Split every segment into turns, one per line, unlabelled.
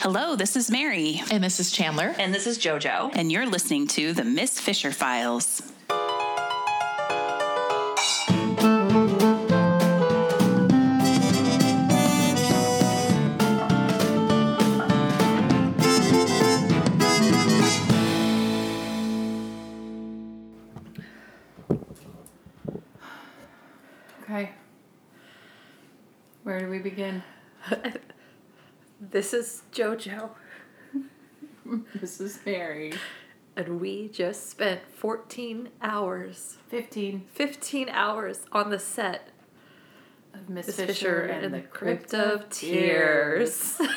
Hello, this is Mary.
And this is Chandler.
And this is JoJo.
And you're listening to the Miss Fisher Files.
Okay. Where do we begin?
This is JoJo,
This is Mary.
and we just spent 14 hours,
15
15 hours on the set
of Miss
Miss
Fisher, and, the Crypt
of Tears.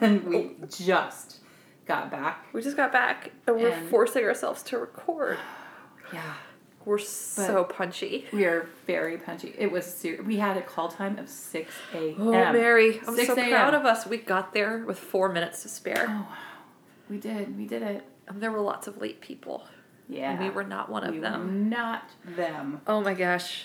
And we just got back.
we just got back, and we're
And-
forcing ourselves to record.
Yeah.
We're so punchy.
We are very punchy. It was ser- We had a call time of 6 a.m.
Oh, Mary, I'm
6
so
a.m..
proud of us. We got there with four minutes to spare.
We did. We did it.
And there were lots of late people,
Yeah.
and we were not one of
We were
them.
not them.
Oh my gosh.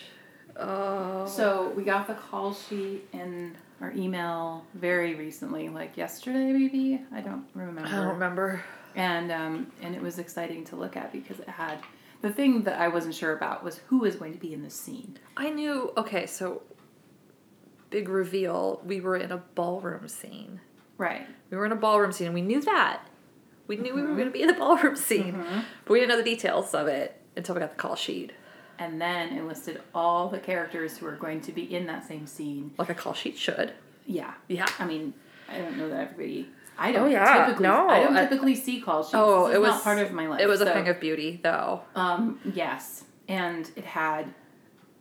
Oh.
So we got the call sheet in our email very recently, like yesterday maybe. I don't remember.
I don't remember.
and um, and it was exciting to look at because it had the thing that I wasn't sure about was who was going to be in the scene.
I knew. Okay, so big reveal. We were in a ballroom scene.
Right.
We were in a ballroom scene, and we knew that. We knew
Mm-hmm.
we were going to be in the ballroom scene, but we didn't know the details of it until we got the call sheet,
And then it listed all the characters who are going to be in that same scene.
like a call sheet should.
Yeah.
Yeah. Oh,
I mean, I don't know that everybody. I don't
yeah.
typically.
No,
I don't
I-
typically see call sheets.
Oh,
This is
it was
not part of my life.
It was
so,
a thing of beauty, though.
Um. Yes. And it had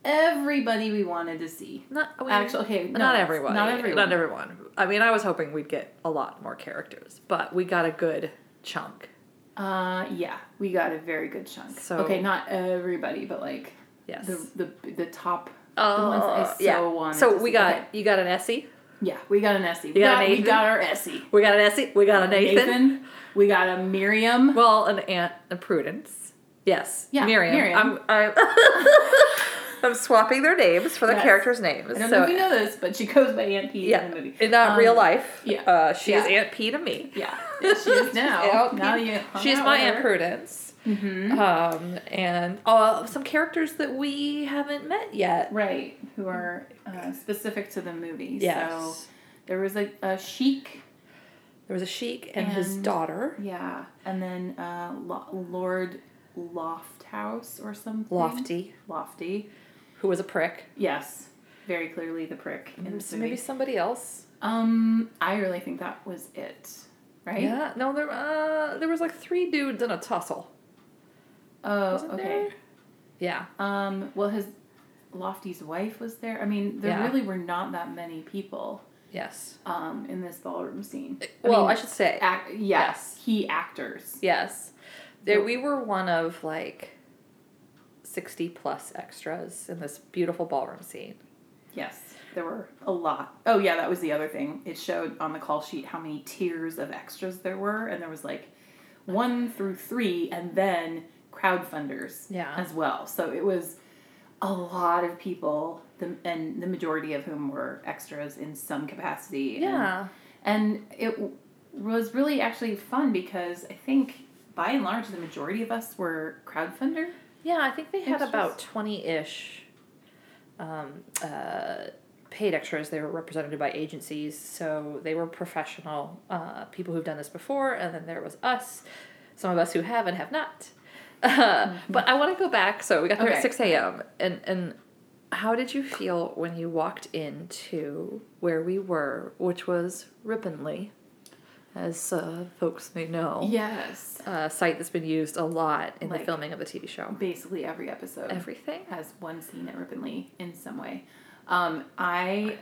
everybody we wanted to see.
Not I mean,
Actually, okay, no,
not everyone.
not everyone.
Not everyone. I mean, I was hoping we'd get a lot more characters, but we got a good chunk.
Uh. Yeah. We got a very good chunk.
So-
okay, not everybody, but like
Yes.
the the the top
Oh,
the ones that I so wanted.
So
to
we
see.
got
Okay.
you got an Essie,
yeah, we got an Essie. We
got
got, we
an Nathan?
got our Essie.
we got an Essie, we got a Nathan.
We got a Miriam.
Well, an aunt, a Prudence. Yes.
Yeah,
Miriam.
Miriam.
I'm, I'm, I'm swapping their names for the
Yes.
characters' names.
I don't
so,
know if you know this, but she goes by Aunt P
yeah,
in the movie.
in not
Um,
real life.
yeah,
Uh, she is
yeah.
Aunt P to me.
Yeah, she is now.
Aunt
now
P.
you hung
She's
out
my
with
Aunt
her.
Prudence. Mm-hmm. Um, and uh, some characters that we haven't met yet.
Right, who are uh, specific to the movie.
Yes.
So there was a, a chic,
There was a sheik and, his
And-
daughter,
yeah, and then uh, Lo- Lord Lofthouse or something.
Lofty,
Lofty.
who was a prick.
Yes, very clearly the prick in this
Mm, So
movie.
maybe somebody else.
Um, I really think that was it, right?
Yeah, no, there uh, there was like three dudes in a tussle.
Oh,
Wasn't
okay.
Yeah,
Um, well, his Lofty's wife was there. I mean, there
Yeah.
really were not that many people
yes.
um in this ballroom scene.
well,
mean,
I should say
Ac- yes, key actors.
yes. There we were one of like sixty plus extras in this beautiful ballroom scene.
Yes, there were a lot. Oh yeah, that was the other thing. It showed on the call sheet how many tiers of extras there were, and there was like one through three, and then crowdfunders
Yeah.
as well. So it was a lot of people, the, and the majority of whom were extras in some capacity. and-
Yeah,
and it w- was really actually fun because I think by and large the majority of us were crowdfunder.
yeah. I think they had
Extras.
about twenty ish um, uh, paid extras. They were represented by agencies, so they were professional uh, people who've done this before, and then there was us, some of us who have and have not. But I want to go back. So we got there
Mm-hmm. Okay.
at six a.m. and and how did you feel when you walked into where we were, which was Ripponley, as uh, folks may know,
Yes,
a site that's been used a lot in the
Like-
filming of the TV show.
basically every episode.
Everything.
has one scene at Ripponley in some way. Um, I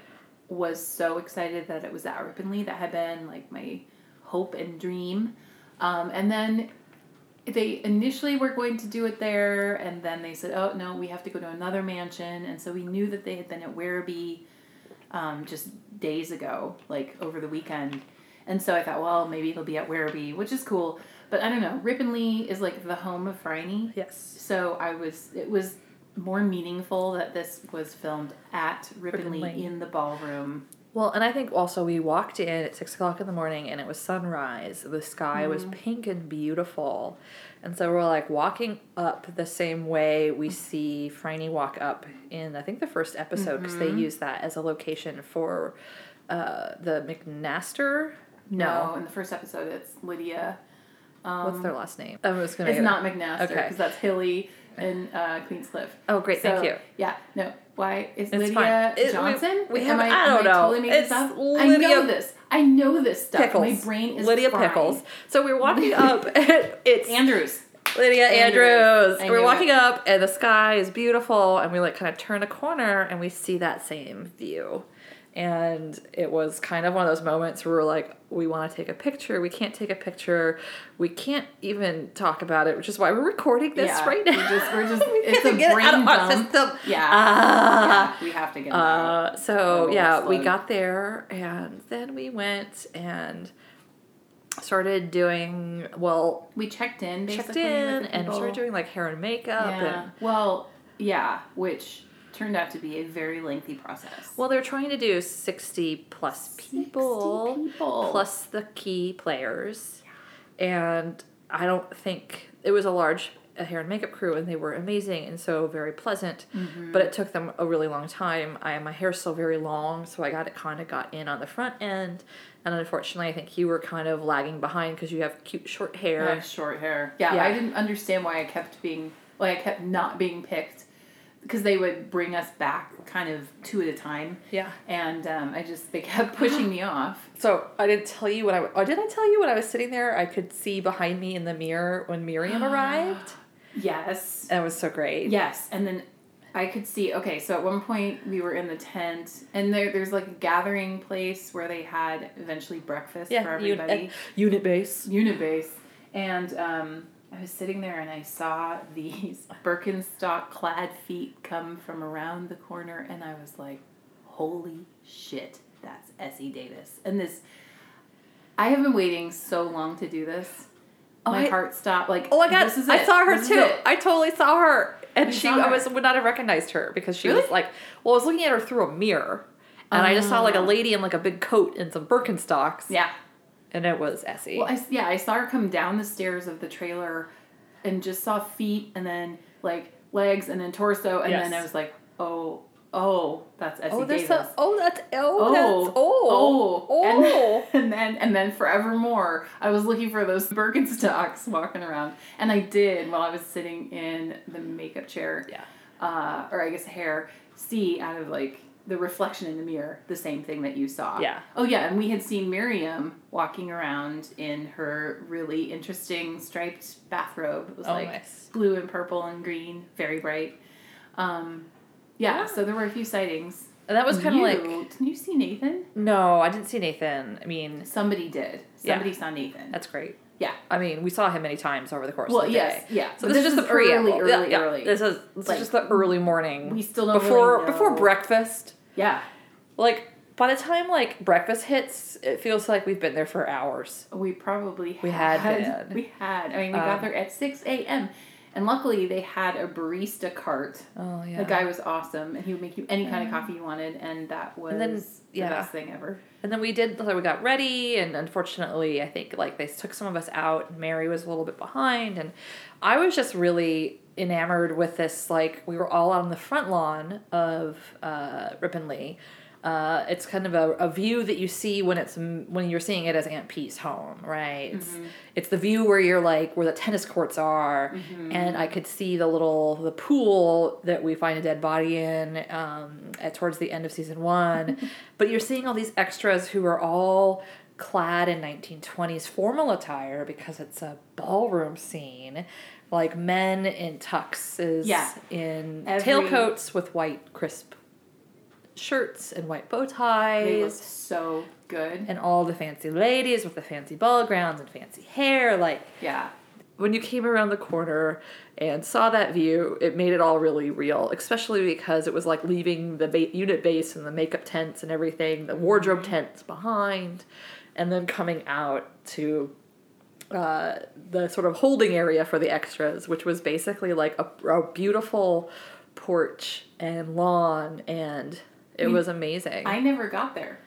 was so excited that it was at Ripponley. That had been like my hope and dream. Um, and then they initially were going to do it there, and then they said, "Oh no, we have to go to another mansion." And so we knew that they had been at Werribee um, just days ago, like over the weekend. And so I thought, well, maybe it'll be at Werribee, which is cool. But I don't know. Ripponley is like the home of Franny.
Yes.
So I was. It was more meaningful that this was filmed at Ripponley
Ripponley.
in the ballroom
Well, and I think also we walked in at six o'clock in the morning and it was sunrise. The sky was
Mm.
pink and beautiful. And so we're like walking up the same way
Mm.
we see Franny walk up in, I think, the first episode because
Mm-hmm.
they use that as a location for uh, the McNaster.
No, in the first episode, it's Lydia.
What's their last name? I was gonna.
It's
get it.
not McNaster because
Okay.
that's Hilly and uh, Queenscliff.
Oh, great, thank
So,
you.
Yeah, no. Why is
It's
Lydia
fine. It- we-
Johnson?
we
Am
have- I don't
am
know.
Totally making
It's
this up? I
Lydia-
know this. I know this stuff.
Pickles.
My brain is
Lydia
fried.
Pickles. So we're walking up. And it's
Andrews.
Lydia
Andrews.
Andrews.
I knew
We're walking
it.
up, and the sky is beautiful, and we like kind of turn a corner, and we see that same view. And it was kind of one of those moments where we're like, we want to take a picture, we can't take a picture, we can't even talk about it, which is why we're recording this
yeah.
right now.
We're just, we're just
We
it's
gotta
a
get it
brain
out of our
dump.
system.
Yeah.
Ah.
yeah. We have to get it out.
Uh, so
Oh,
yeah,
that's
we
fun.
got there and then we went and started doing well
We checked in, basically.
checked in
with the
and started
people.
doing like hair and makeup
Yeah.
and
Well, yeah, which turned out to be a very lengthy process.
well they're trying to do 60 plus
60
people,
people.
plus the key players and i don't think it was a large uh, hair and makeup crew and they were amazing and so very pleasant
Mm-hmm.
but it took them a really long time i my hair's still very long so i got it kind of got in on the front end and unfortunately i think you were kind of lagging behind because you have cute short hair
I have short hair. Yeah,
Yeah.
I didn't understand why I kept being why I kept not being picked because they would bring us back kind of two at a time.
Yeah.
And um, I just they kept pushing me off.
So I didn't tell you when I. Oh, did I tell you when I was sitting there? I could see behind me in the mirror when Miriam arrived.
Yes.
That was so great.
Yes, and then I could see. Okay, so at one point we were in the tent, and there there's like a gathering place where they had eventually breakfast for
Yeah.
everybody.
Unit, unit base.
Unibase. And um, I was sitting there and I saw these Birkenstock clad feet come from around the corner, and I was like, holy shit, that's Essie Davis. And this, I have been waiting so long to do this. My
Oh, I-
heart stopped. Like,
Oh my god!
this is
I
it.
saw her
This is
too.
it.
I totally saw her, and
You
she.
saw
I
her?
was would not have recognized her because she
Really?
was like. Well, I was looking at her through a mirror, and I just saw like a lady in like a big coat and some Birkenstocks.
Ah. yeah.
And it was E. Essie.
Well, I, yeah, I saw her come down the stairs of the trailer and just saw feet and then like legs and then torso, and then
Yes.
I was like, oh, oh, that's Essie
oh,
Davis.
there's a. Oh, that's. Oh,
Oh,
that's. Oh.
oh, and, and then and then forevermore, I was looking for those Birkenstocks walking around, and I did while I was sitting in the makeup chair,
Yeah.
uh, or I guess hair, see out of like the reflection in the mirror the same thing that you saw.
Yeah.
Oh yeah, and we had seen Miriam walking around in her really interesting striped bathrobe. It was
Oh,
like
nice.
blue and purple and green, very bright. Um, yeah,
Yeah.
so there were a few sightings.
And that was kind of
You-
like.
Didn't you see Nathan?
No, I didn't see Nathan. I mean,
Somebody did.
Yeah.
Somebody saw Nathan.
that's great.
yeah.
I mean, we saw him many times over the course
Well,
of the
yes,
day.
yeah.
So
But
this,
this
is just
is
the preamble.
early,
Yeah,
early,
yeah.
early.
This is this
Like,
is just the early morning.
we still don't
before
really know.
before breakfast.
Yeah.
Like by the time like breakfast hits, it feels like we've been there for hours.
We probably had.
We had been. Uh,
We had. I mean, we got there at 6 a.m. And luckily, they had a barista cart.
Oh yeah.
The guy was awesome, and he would make you any kind of coffee you wanted, and that was
then- yeah.
the best thing ever.
And then we did, so we got ready, and unfortunately, I think like they took some of us out, and Mary was a little bit behind, and I was just really enamored with this. Like we were all on the front lawn of uh, Ripon Lee. Uh, it's kind of a, a view that you see when it's when you're seeing it as Aunt Pete's home, right? It's, it's the view where you're like where the tennis courts are,
Mm-hmm.
and I could see the little the pool that we find a dead body in um, at towards the end of season one. but you're seeing all these extras who are all clad in 1920s formal attire because it's a ballroom scene, like men in tuxes,
Yeah.
in
Every-
tailcoats with white crisp shirts and white bow
They looked
ties
so good.
and all the fancy ladies with the fancy ball gowns and fancy hair. Like
Yeah.
when you came around the corner and saw that view, it made it all really real, especially because it was like leaving the ba- unit base and the makeup tents and everything, the wardrobe
Mm-hmm.
tents behind, and then coming out to uh, the sort of holding area for the extras, which was basically like a, a beautiful porch and lawn, and it was amazing.
I never got there.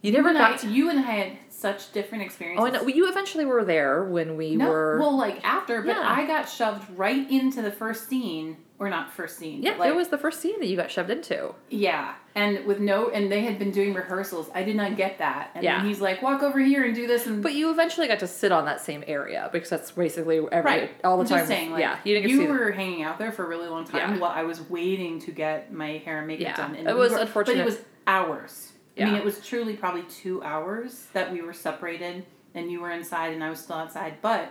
You never
and
got
I-
to.
you and I had such different
Oh,
experiences.
and you eventually were there when we
no,
were.
well, like after, but
Yeah.
I got shoved right into the first scene, or not first scene.
yeah,
but like,
it was the first scene that you got shoved into.
Yeah, and with no, and they had been doing rehearsals. I did not get that. And
Yeah.
then he's like, walk over here and do this, and
But you eventually got to sit on that same area because that's basically every
right
all the
I'm
time.
Just saying, like,
yeah, you didn't get to see.
were hanging out there for a really long time
Yeah.
while I was waiting to get my hair and makeup
Yeah,
done. And
it
we
was
were- but
unfortunate.
it was hours. I
Yeah.
mean, it was truly probably two hours that we were separated, and you were inside, and I was still outside, but.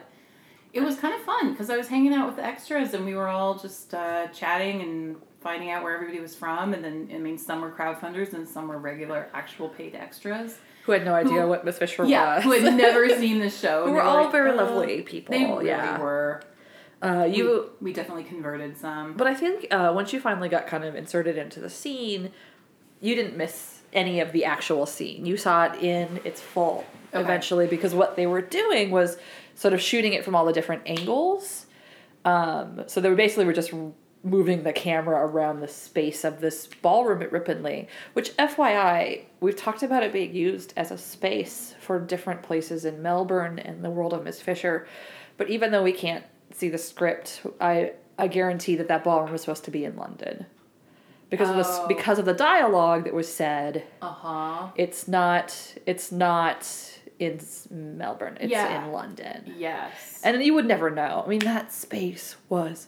It was kind of fun because I was hanging out with the extras and we were all just uh, chatting and finding out where everybody was from. And then, I mean, some were crowdfunders and some were regular, actual paid extras.
who had no idea
who-
what Miss Fisher
Yeah,
was.
who had never seen the show.
Who
and
were
they
all
like,
very
"Uh,
lovely people.
They really
yeah,
were.
Uh, you.
we, we definitely converted some.
But I think uh, once you finally got kind of inserted into the scene, you didn't miss any of the actual scene. You saw it in its full
Okay.
eventually because what they were doing was sort of shooting it from all the different angles. Um, so they were basically were just moving the camera around the space of this ballroom at Ripponley, which FYI, we've talked about it being used as a space for different places in Melbourne and the world of Miss Fisher. But even though we can't see the script, I I guarantee that that ballroom was supposed to be in London. Because of the
Oh.
because of the dialogue that was said,
Uh huh.
it's not it's not in s- Melbourne. It's
Yeah.
in London.
Yes.
And you would never know. I mean, that space was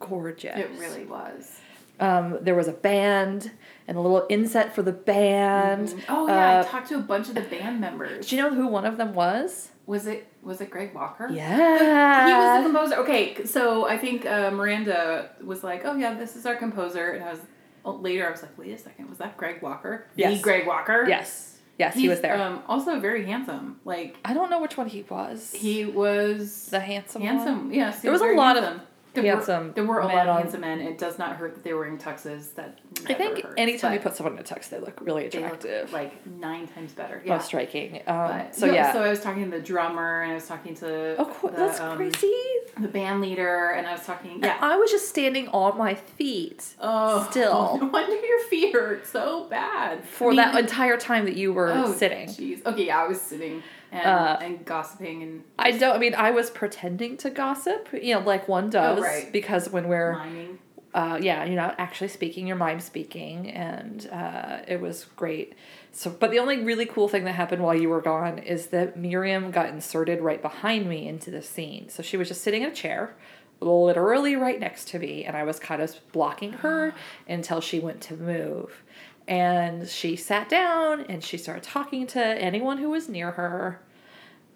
gorgeous.
it really was.
Um, there was a band and a little inset for the band.
Oh yeah,
Uh,
I talked to a bunch of the band members.
do you know who one of them was?
Was it was it Greg Walker?
Yeah.
He was the composer. Okay, so I think uh, Miranda was like, "Oh yeah, this is our composer," and I was oh, later I was like, "Wait a second, was that Greg Walker?
Yes.
The Greg Walker?
yes. Yes, he
He's,
was there.
Um, also very handsome. Like
I don't know which one he was.
he was
the handsome one?
handsome. Yes, he
There was a
very
lot of
handsome.
handsome
Were, there were a
men
lot of
on-
handsome men. It does not hurt that they were wearing tuxes. That
I think
never hurts,
anytime you
but-
put someone in a tux, they look really
they look
attractive.
like nine times better.
Most
Yeah.
striking. Um,
But-
so
no,
yeah.
So I was talking to the drummer, and I was talking to
oh, cool.
the,
that's
um,
crazy.
the band leader, and I was talking.
And
Yeah.
I was just standing on my feet
Oh,
still.
No wonder your feet hurt so bad
for that entire time that you were
oh,
sitting.
Jeez. Okay. Yeah, I was sitting and,
Uh,
and gossiping and
I don't. I mean, I was pretending to gossip, you know, like one does,
right.
because when we're,
miming.
uh, yeah, you're not actually speaking, your mime speaking, and uh, it was great. So, but the only really cool thing that happened while you were gone is that Miriam got inserted right behind me into the scene. So she was just sitting in a chair, literally right next to me, and I was kind of blocking her until she went to move. And she sat down and she started talking to anyone who was near her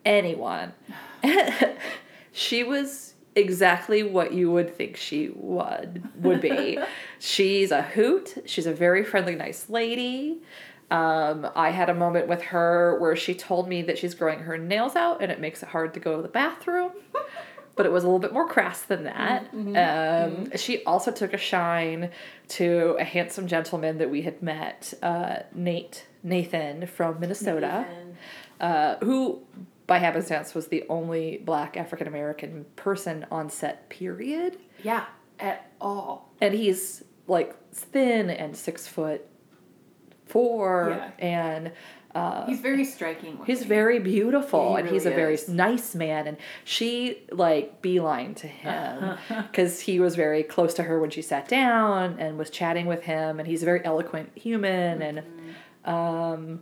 anyone. she was exactly what you would think she would would be. She's a hoot. She's a very friendly, nice lady. Um, I had a moment with her where she told me that she's growing her nails out and it makes it hard to go to the bathroom. But it was a little bit more crass than that. um, She also took a shine to a handsome gentleman that we had met, uh, Nate Nathan from Minnesota
And
uh, who by happenstance was the only black African American person on set, period.
yeah, at all.
And he's like thin and six foot four, and uh,
He's very striking.
he's
looking.
very beautiful,
He
and he's a
really
very
is.
nice man. And she like beeline to him
Uh-huh.
because he was very close to her when she sat down and was chatting with him, and he's a very eloquent human, and
Mm-hmm.
um,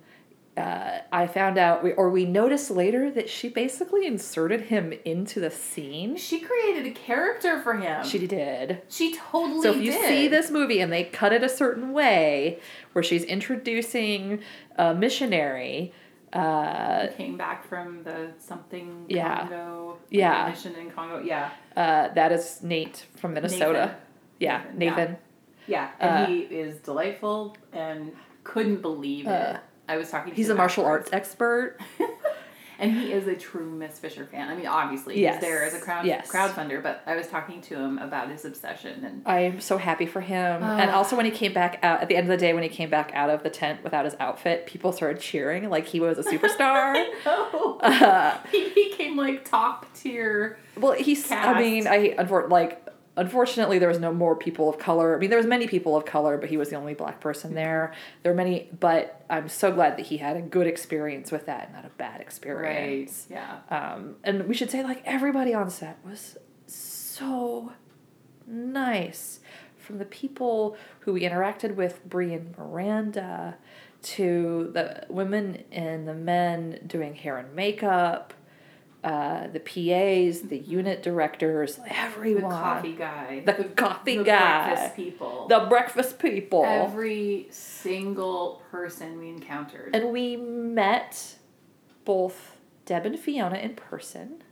uh, I found out, we, or we noticed later, that she basically inserted him into the scene.
She created a character for him.
She did.
She totally
So if you
did.
see this movie and they cut it a certain way, where she's introducing a missionary, uh,
came back from the something
Yeah.
Congo like,
Yeah.
mission in Congo. Yeah,
uh, that is Nate from Minnesota.
Nathan.
Yeah,
Nathan, yeah.
Nathan.
yeah,
Uh,
and he is delightful and couldn't believe
Uh,
it. I was talking. to
He's a
him
martial arts
afterwards,
expert.
and he is a true Miss Fisher fan. I mean, obviously,
Yes.
he's there as a crowd
Yes.
crowdfunder. But I was talking to him about his obsession and
I'm so happy for him. and
Ah.
also, when he came back out at the end of the day, when he came back out of the tent without his outfit, people started cheering like he was a superstar.
oh,
uh,
he became like top tier.
Well, he's. I
Cast.
mean, I unfortunately like Unfortunately, there was no more people of color. I mean, there was many people of color, but he was the only black person there. There were many, but I'm so glad that he had a good experience with that, not a bad
Right.
experience.
Yeah.
Um, and we should say like everybody on set was so nice, from the people who we interacted with, Brie and Miranda, to the women and the men doing hair and makeup. Uh, the PAs, the unit directors,
The
everyone,
coffee guy.
The coffee
the
guy.
Breakfast people.
the breakfast people,
Every single person we encountered.
and we met both Deb and Fiona in person.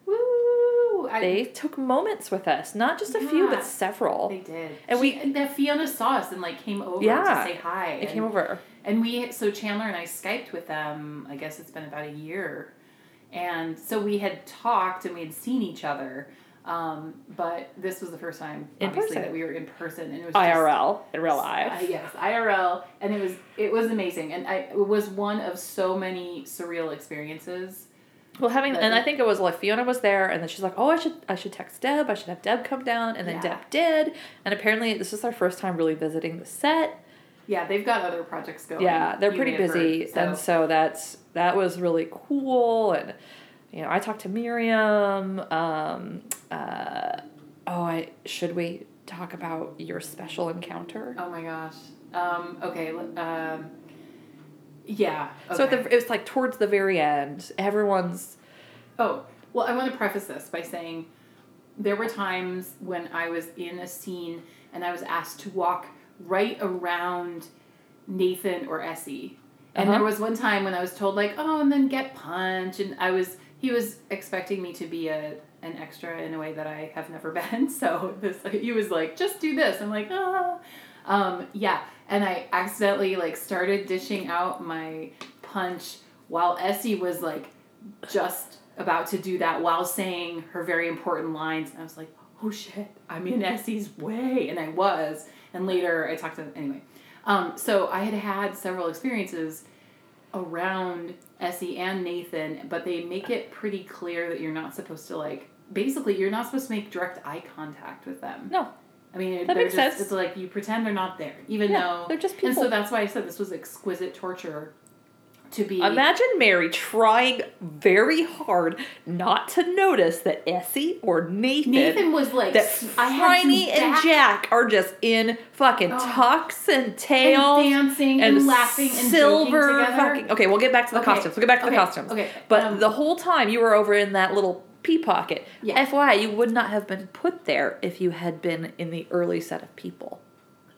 Woo! I,
They took moments with us, not just a few,
Yeah.
but several.
They did.
And
She-
we-
and that Fiona saw us and like came over
Yeah.
to say hi.
It
and,
came over.
And we so Chandler and I skyped with them. I guess it's been about a year, and so we had talked and we had seen each other. Um, but this was the first time,
In
obviously,
person.
that we were in person, and it was just-
IRL in real life.
Uh, yes, IRL, and it was it was amazing, and I it was one of so many surreal experiences.
Well, having
But-
and I think it was like Fiona was there, and then she's like, "Oh, I should I should text Deb. I should have Deb come down." And then
Yeah.
Deb did, and apparently this is our first time really visiting the set.
Yeah, they've got other projects going.
yeah, they're
You
pretty
may have
busy,
heard, Oh, so-
and so that's that was really cool. And you know, I talked to Miriam. Um, uh, oh, I should we talk about your special encounter?
Oh my gosh. Um, okay. l- Um, yeah. Okay.
So at the, it was like towards the very end. Everyone's
oh well, I want to preface this by saying there were times when I was in a scene and I was asked to walk right around Nathan or Essie, and
Uh-huh.
there was one time when I was told like, oh, and then get punch, and I was he was expecting me to be a an extra in a way that I have never been. So this he was like, just do this. I'm like, ah. Um, yeah, and I accidentally like started dishing out my punch while Essie was like just about to do that while saying her very important lines. And I was like, oh shit, I'm in Essie's way, and I was. And later I talked to anyway. Um, so I had had several experiences around Essie and Nathan, but they make it pretty clear that you're not supposed to like. Basically, you're not supposed to make direct eye contact with them.
no,
I mean, it-
That
they're
makes
just,
sense.
It's like you pretend they're not there, even
Yeah,
though
they're just
And so
people.
that's why I said this was exquisite torture to be.
Imagine Mary trying very hard not to notice that Essie or Nathan,
Nathan was like,
that
s- I had some
Franny and
back-
Jack are just in fucking
Ugh.
tucks and
and
tails
dancing and, laughing and
silver
joking together.
fucking. Okay, we'll get back to the
Okay,
costumes. We'll get back to
okay,
the costumes.
okay,
but
um,
the whole time you were over in that little pea pocket.
Yeah.
FYI, you would not have been put there if you had been in the early set of people.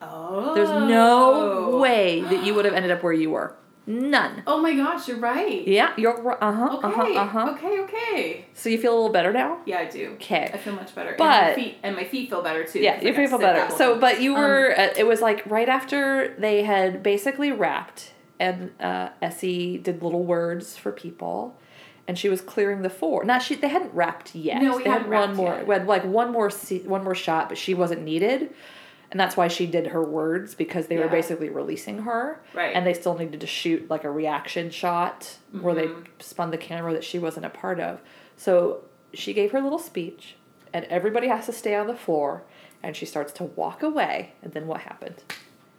Oh,
There's no way that you would have ended up where you were. None.
Oh my gosh, you're right.
Yeah, you're right. Uh huh.
Okay.
Uh huh. Uh huh.
Okay. Okay.
So you feel a little better now?
Yeah, I do.
Okay.
I feel much better.
But-
and my feet, and my feet feel better too.
Yeah,
because
you
I got
feel
sick that Um,
better.
whole
So,
time.
but you were, uh, it was like right after they had basically wrapped, and uh, Essie did little words for people. And she was clearing the floor. Now she they hadn't wrapped yet.
No, we
they
hadn't
had one
wrapped
more.
yet.
We had like one more se- one more shot, but she wasn't needed, and that's why she did her words because they
Yeah.
were basically releasing her.
Right.
And they still needed to shoot like a reaction shot where they
Mm-hmm.
spun the camera that she wasn't a part of. So she gave her little speech, and everybody has to stay on the floor. And she starts to walk away, and then what happened?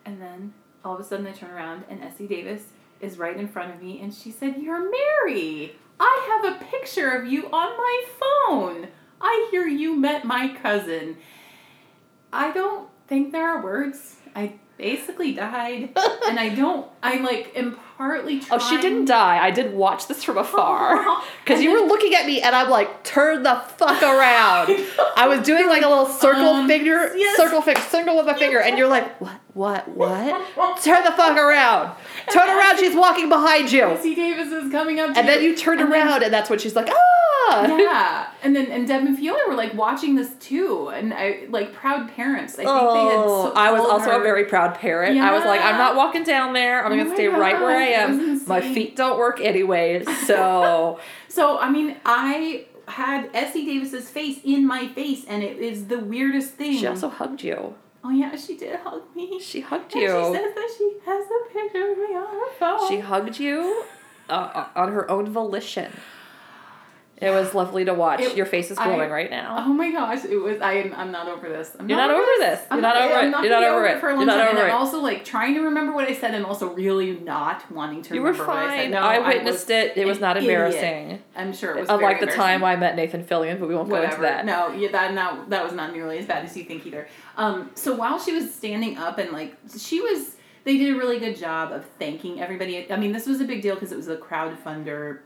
And then all of a sudden I turn around and Essie Davis is right in front of me and she said, You're Mary! I have a picture of you on my phone! I hear you met my cousin. I don't think there are words. I basically died. and I don't, I'm like, am partly
Oh,
trying.
she didn't die. I did watch this from afar because
And
you
then-
were looking at me, and I'm like, turn the fuck around. I was doing like a little circle
Um,
figure,
yes.
circle figure, circle with my finger, and you're like, what, what, what? turn the fuck around. Turn around. She's walking behind you.
Essie Davis is coming up to
And then you turned
and then-
around, and that's when she's like, ah!
yeah, and then and Deb and Fiona were like watching this too, and I like proud parents. I think they had.
Oh,
So
I was
told
also a
her-
very proud parent. I was like, I'm
Yeah.
not walking down there. I'm
Oh
gonna
my
stay right where I
God, it
am.
was
My
insane.
feet don't work anyways, so
So I mean, I had Essie Davis's face in my face, and it is the weirdest thing.
she also hugged you.
oh yeah, she did hug me.
She hugged
And she says
you.
that she has a picture Oh. of me on her phone.
uh, She hugged you uh, on her own volition. It was lovely to watch.
It-
Your face is
I-
glowing right now.
Oh my gosh, it was. I am. I'm not over this. I'm
You're not over this.
I'm
You're not over
I'm
it.
not
You're
gonna
not
be
over it.
it for a long
You're not
time.
over
and
it.
I'm also like trying to remember what I said and also really not wanting to
You were
remember what I
fine.
said. No,
I
was
witnessed it. It was
an
not
idiot.
embarrassing.
I'm sure it was. very
Unlike the time
embarrassing.
I met Nathan Fillion, but we won't
Whatever.
go into that.
No, yeah, that not that was not nearly as bad as you think either. Um, so while she was standing up and like she was, they did a really good job of thanking everybody. I mean, this was a big deal because it was a crowdfunder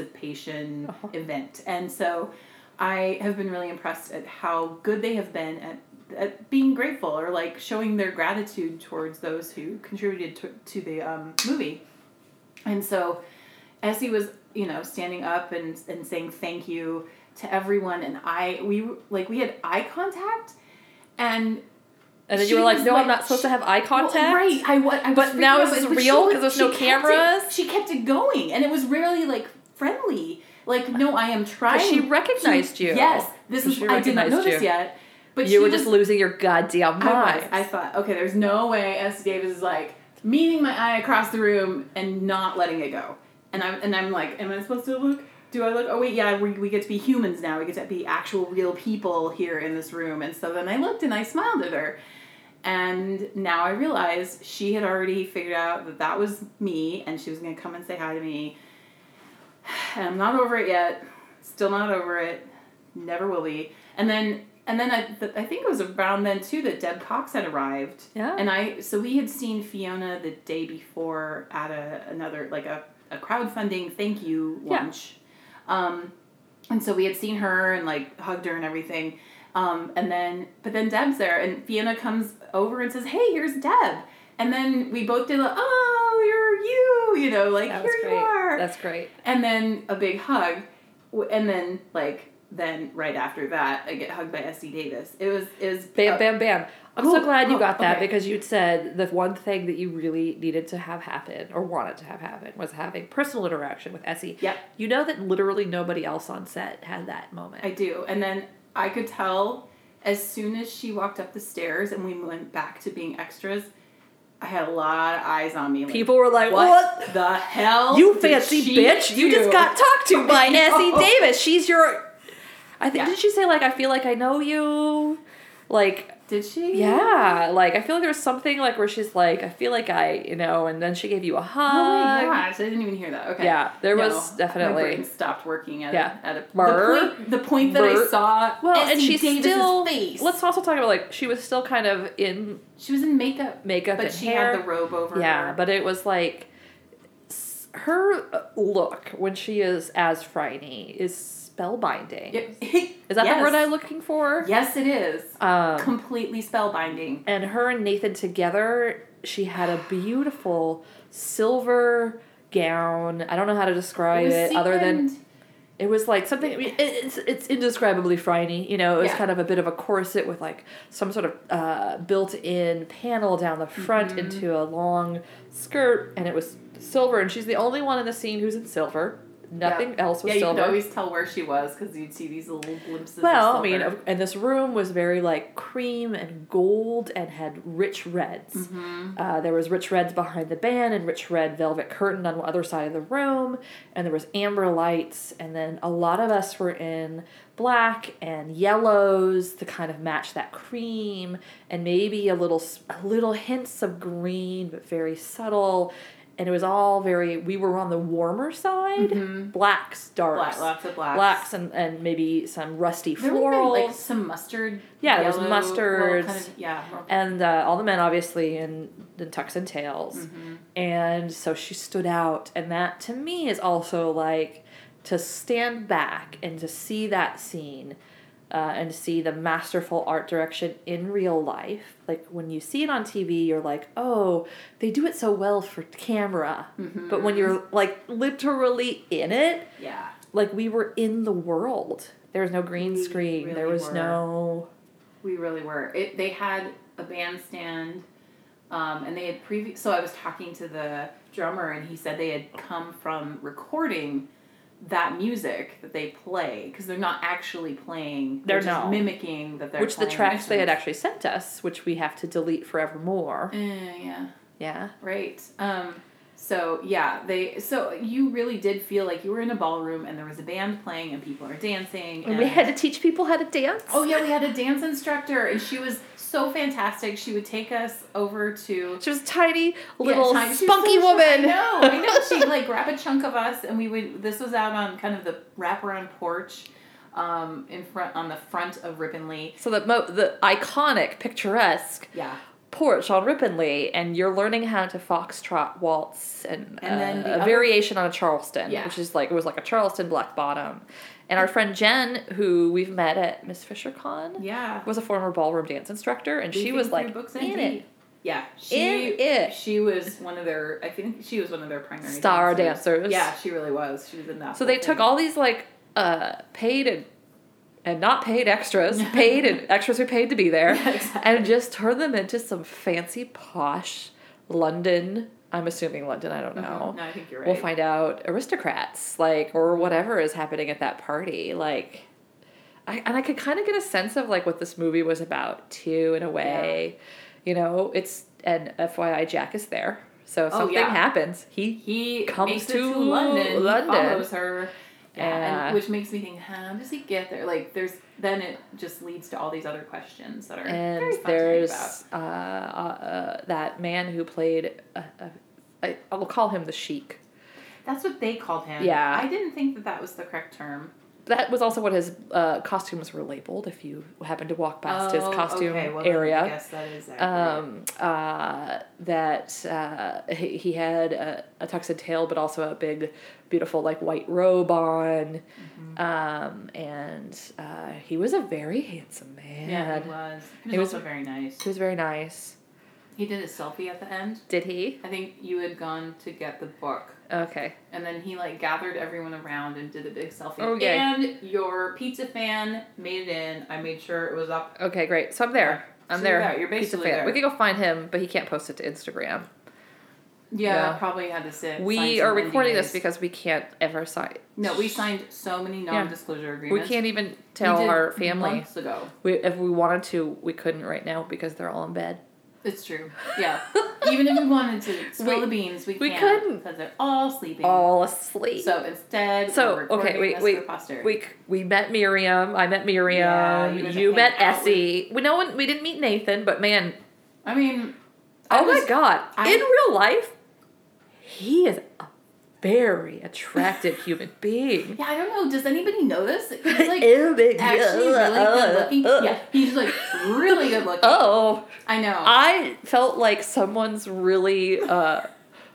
participation event, and so I have been really impressed at how good they have been at. At being grateful or like showing their gratitude towards those who contributed to, to the um, movie. And so as he was, you know, standing up and, and saying thank you to everyone and I we were- like we had eye contact and
And then
She
you were like,
was
"No, I'm
like-
not supposed to have eye contact."
well, right, I was, I was
But
freaking
now
out,
is this
but she
real? 'Cause
was-
there's no
she kept it-
cameras?
she kept it going and it was really like friendly. Like, no, I am trying
she
to-
recognized you.
Yes. This is
She
I did not know
recognized
this
you.
yet. But she
You were
was,
just losing your goddamn
I
mind.
was. I thought, okay, there's no way S. Davis is like meeting my eye across the room and not letting it go. And I'm and I'm like, am I supposed to look? Do I look? Oh wait, yeah, we, we get to be humans now. We get to be actual real people here in this room. And so then I looked and I smiled at her. And now I realize she had already figured out that that was me and she was going to come and say hi to me. And I'm not over it yet. Still not over it. Never will be. And then and then I, th- I think it was around then too that Deb Cox had arrived.
Yeah.
And I so we had seen Fiona the day before at a another like a, a crowdfunding thank you
Yeah.
lunch. Um and so we had seen her and like hugged her and everything. Um, and then, but then Deb's there, and Fiona comes over and says, "Hey, here's Deb." And then we both did like, "Oh, you're you," you know, like
That was
here you
great.
are.
That's great.
and then a big hug, W- and then like then right after that, I get hugged by Esty Davis. It was it was
Bam,
uh,
bam, bam. I'm
oh,
so glad you
oh,
got that
okay.
because you'd said the one thing that you really needed to have happen or wanted to have happen was having personal interaction with Essie.
Yep.
You know that literally nobody else on set had that moment.
I do. And then I could tell as soon as she walked up the stairs and we went back to being extras, I had a lot of eyes on me. like,
People were like,
what,
"What?
the hell?
you
did
fancy
she
bitch! You just
do?"
got talked to by
I know.
Essie Davis. She's your. I think
Yeah.
did she say like I feel like I know you, like
Did she?
yeah, like I feel like there was something like where she's like I feel like I you know, and then she gave you a hug.
Oh my gosh, I didn't even hear that. Okay.
Uh, Yeah, there
No,
was
My
definitely-
brain stopped working at
Yeah.
a, at a
Burr.
the point, the point that I
Burr.
saw.
Well, and
Essie
she's
Davis's
still.
face.
Let's also talk about like she was still kind of in
She was in makeup,
makeup
but
and
she
hair.
had the robe over.
yeah,
her.
but it was like s- her uh, look when she is as Friday is spellbinding. Is that the word I'm looking for?
Yes, it is.
Um,
Completely spellbinding.
and her and Nathan together, she had a beautiful silver gown. I don't know how to describe it, other than
sequined.
It was like something. I mean, it- it's it's indescribably frightening. You know, it was
Yeah.
kind of a bit of a corset with like some sort of uh, built-in panel down the front
Mm-hmm.
into a long skirt, and it was silver. And she's the only one in the scene who's in silver. Nothing
Yeah.
else was
Yeah, you
silver.
could always tell where she was because you'd see these little glimpses.
well,
of
I mean,
silver.
of- and this room was very like cream and gold and had rich reds.
Mm-hmm.
Uh, there was rich reds behind the band and rich red velvet curtain on the other side of the room, and there was amber lights, and then a lot of us were in black and yellows to kind of match that cream, and maybe a little s- a little hints of green, but very subtle. And it was all very. We were on the warmer side, blacks, darks,
Mm-hmm. black, lots of blacks.
blacks and, and maybe some rusty
There would've been,
florals.
like some mustard.
Yeah, there was
yellow, well, kind
mustards.
of- yeah, more-
and uh, all the men, obviously, in, in tucks and tails. And so she stood out. And that, to me, is also like to stand back and to see that scene uh, and to see the masterful art direction in real life. Like when you see it on TV, you're like, oh, they do it so well for camera. But when you're like literally in it,
yeah.
like we were in the world. There was no green
We
screen. there
really
was
were.
no.
We really were. It, they had a bandstand, um, and they had previous. So I was talking to the drummer, and he said they had come from recording that music that they play because they're not actually playing.
They're
just
not.
mimicking that they're
Which the
playing
tracks they had
instruments.
actually sent us, which we have to delete forevermore.
Eh, yeah.
Yeah.
Right. Um, So yeah, they so you really did feel like you were in a ballroom and there was a band playing and people are dancing.
And
And
we had to teach people how to dance.
oh yeah, we had a dance instructor and she was so fantastic. She would take us over to
She was a tiny
Yeah,
little
Tanya- she's
spunky
so short.
woman.
I know, I know. She'd like grab a chunk of us and we would. This was out on kind of the wraparound porch, um, in front on the front of Ripponley.
So the mo- the iconic picturesque
Yeah.
porch on Ripponley, and you're learning how to foxtrot waltz and,
And
uh,
then the
a
other-
variation on a Charleston,
Yeah.
which is like it was like a Charleston black bottom. And our friend Jen, who we've met at Miss Fisher Con,
Yeah.
was a former ballroom dance instructor, and she
Leafing
was
through
like
books and
in
tea.
it.
Yeah, she
In it.
she was one of their. I think she was one of their primary
Star dancers.
Yeah, she really was. She was in that. whole
So they took
thing.
all these like uh paid and and not paid extras, paid and extras who paid to be there,
Yeah, exactly.
and just turned them into some fancy posh London. I'm assuming London. I don't
Mm-hmm.
know.
No, I think you're right.
We'll find out aristocrats like or whatever is happening at that party like. I, and I could kind of get a sense of like what this movie was about too, in a way, you know. It's and FYI, Jack is there, so if
Oh,
something
yeah.
happens, he
He
comes
makes it
to
to London. he
London.
follows her. Yeah,
Yeah.
and, which makes me think, how does he get there? Like, there's then it just leads to all these other questions that are very
and
fun
there's
to think about.
uh, uh, uh, that man who played uh, uh, I, I'll call him the Sheik.
That's what they called him.
Yeah.
I didn't think that that was the correct term.
That was also what his uh, costumes were labeled. If you happen to walk past
Oh,
his costume
okay, well, then I
area,
guess that is accurate.
um, uh, that uh, he, he had a, a tuxed tail, but also a big, beautiful like white robe on,
Mm-hmm.
um, and uh, he was a very handsome man.
yeah, he was. He was,
It was-
also very nice.
He was very nice.
He did a selfie at the end.
Did he?
I think you had gone to get the book.
Okay.
And then he like gathered everyone around and did a big selfie.
Okay.
And your pizza fan made it in. I made sure it was up.
Okay, great. So I'm there. I'm
So
there.
you're there. You're
Pizza
basically
fan.
there.
We can go find him, but he can't post it to Instagram.
Yeah,
Yeah.
probably had to sit. sign
We
some
are recording this
NDAs.
because we can't ever sign.
no, we signed so many non-disclosure
We
agreements.
can't even
We
tell
did
our family.
months ago.
We, if we wanted to, we couldn't right now because they're all in bed.
It's true. Yeah, even if we wanted to spill
We-
the beans, we,
we
can't
couldn't.
because they're all sleeping.
All asleep.
so instead,
So,
we're recording
okay, wait,
this for
wait.
posterity.
We, we met Miriam. I met Miriam.
Yeah, you
you
guys
met
hang out with-
Essie. We no one. We didn't meet Nathan, but man,
I mean, I
oh
was-
my god!
I-
in real life, he is a very attractive human being.
yeah, I don't know. Does anybody notice? He's like
Oh my
actually really
God.
good looking.
Uh,
Yeah, he's like really good looking.
Oh,
I know.
I felt like someone's really uh,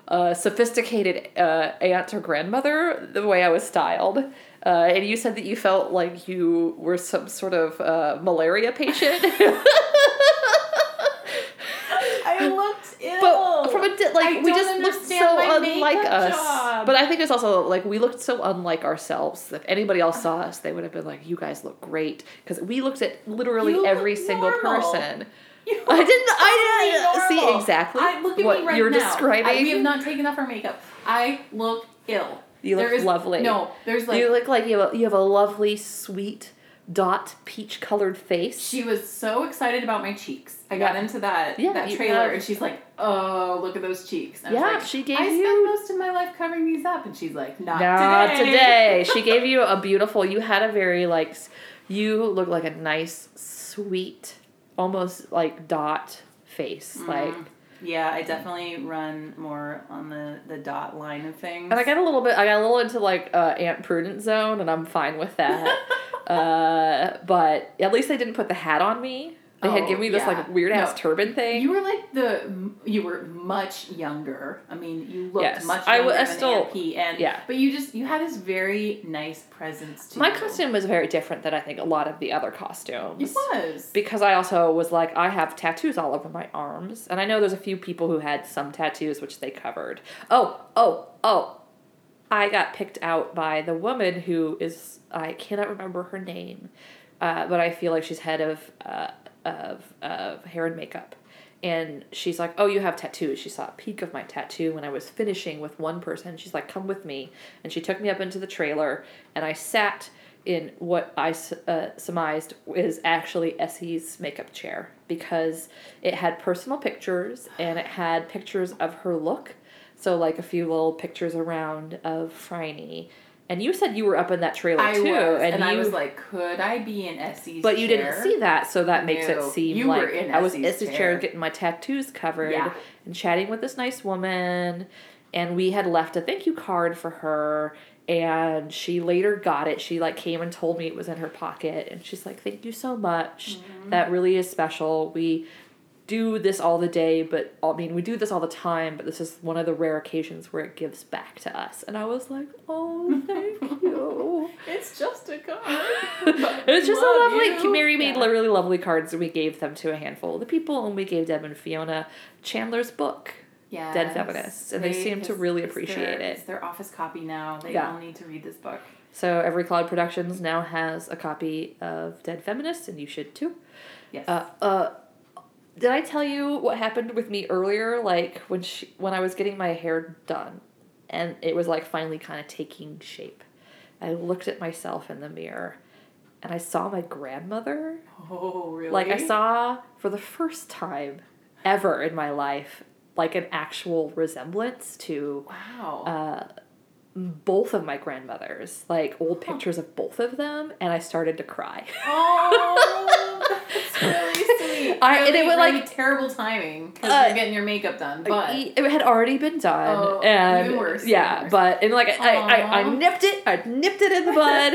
uh, sophisticated uh, aunt or grandmother the way I was styled. Uh, and you said that you felt like you were some sort of uh, malaria patient.
I looked ill.
But from a di- like
I
we
don't
just looked
understand
so
my makeup
unlike us.
job.
But I think it's also like we looked so unlike ourselves. If anybody else saw us, they would have been like, "You guys look great," because we looked at literally
You
every
look
single
normal.
person.
You
I
are
didn't. I
totally
didn't see
normal.
exactly
I, look at
what
me right
you're
now.
describing.
I, we have not taken off our makeup. I look ill.
You look
There is-
lovely.
No, there's like
you look like you have a, you have a lovely, sweet, dot peach colored face.
she was so excited about my cheeks. I got
Yeah.
into that
Yeah,
that
you
trailer,
have-
and she's like, "Oh, look at those cheeks." And I was
Yeah,
like,
she gave
I spent
you-
most of my life covering these up, and she's like, "Not,
Not
today."
today. She gave you a beautiful. You had a very like. s- You look like a nice, sweet, almost like dot face.
Mm-hmm.
Like,
Yeah, I definitely run more on the the dot line of things.
and I got a little bit. I got a little into like uh, Aunt Prudent zone, and I'm fine with that. uh, but at least they didn't put the hat on me. They
Oh,
had given me this
yeah.
like weird ass
No.
turban thing.
You were like the you were much younger. I mean, you looked
Yes.
much
I
younger
w- I
than
still-
Aunt P, and
yeah.
but you just you had this very nice presence to
My
you.
costume was very different than I think a lot of the other costumes.
It was.
because I also was like, I have tattoos all over my arms, and I know there's a few people who had some tattoos which they covered. Oh, oh, oh! I got picked out by the woman who is I cannot remember her name, uh, but I feel like she's head of uh, of of hair and makeup. And she's like, "Oh, you have tattoos." She saw a peek of my tattoo when I was finishing with one person. She's like, "Come with me," and she took me up into the trailer, and I sat in what I s- uh, surmised is actually Essie's makeup chair because it had personal pictures and it had pictures of her look. So like a few little pictures around of Franny. And you said you were up in that trailer
I
too,
was, and,
you,
I was like, could I be in Essie's
but you
chair?
didn't see that, so that makes it
No,
seem
you were
like
in
I was in
Essie's
the
chair.
chair getting my tattoos covered
Yeah.
and chatting with this nice woman, and we had left a thank you card for her. And she later got it. She like came and told me it was in her pocket, and she's like, "Thank you so much.
Mm-hmm.
That really is special. We do this all the day, but I mean, we do this all the time, but this is one of the rare occasions where it gives back to us." And I was like, "Oh, thank you."
It's just a card.
it was just a
Love
lovely.
you.
Mary made
Yeah.
really lovely cards, and we gave them to a handful of the people, and we gave Deb and Fiona Chandler's book.
Yeah.
dead feminists, and they seem to really appreciate it.
It's their office copy now. They
Yeah.
all need to read this book.
So every Cloud Productions now has a copy of Dead Feminists, and you should too.
Yes.
Uh, uh, did I tell you what happened with me earlier? Like when she, when I was getting my hair done, and it was like finally kind of taking shape. I looked at myself in the mirror, and I saw my grandmother.
oh, really?
Like I saw for the first time ever in my life, like an actual resemblance to
Wow.
uh, both of my grandmothers, like old pictures of both of them, and I started to cry.
oh, that's really sweet.
I-
That'd
and it
be
would,
really
like-
terrible timing because
Uh, e-
you're getting your makeup done, but
it had already been done,
Oh,
and
even worse, even
yeah,
worse.
but and like I, I, I
Aw.
nipped it, I nipped it in the bud.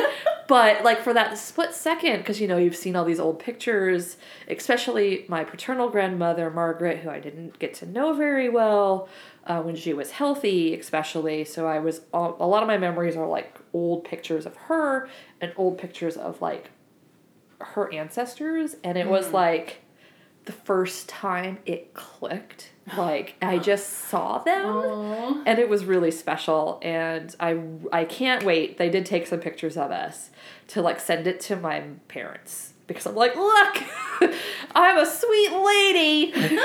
But like for that split second, because you know you've seen all these old pictures, especially my paternal grandmother Margaret, who I didn't get to know very well uh, when she was healthy, especially. So I was a a lot of my memories are like old pictures of her and old pictures of like her ancestors, and it was like the first time it clicked. Like I just saw them
Oh.
and it was really special and i i can't wait they did take some pictures of us to like send it to my parents because i'm like look i'm a sweet lady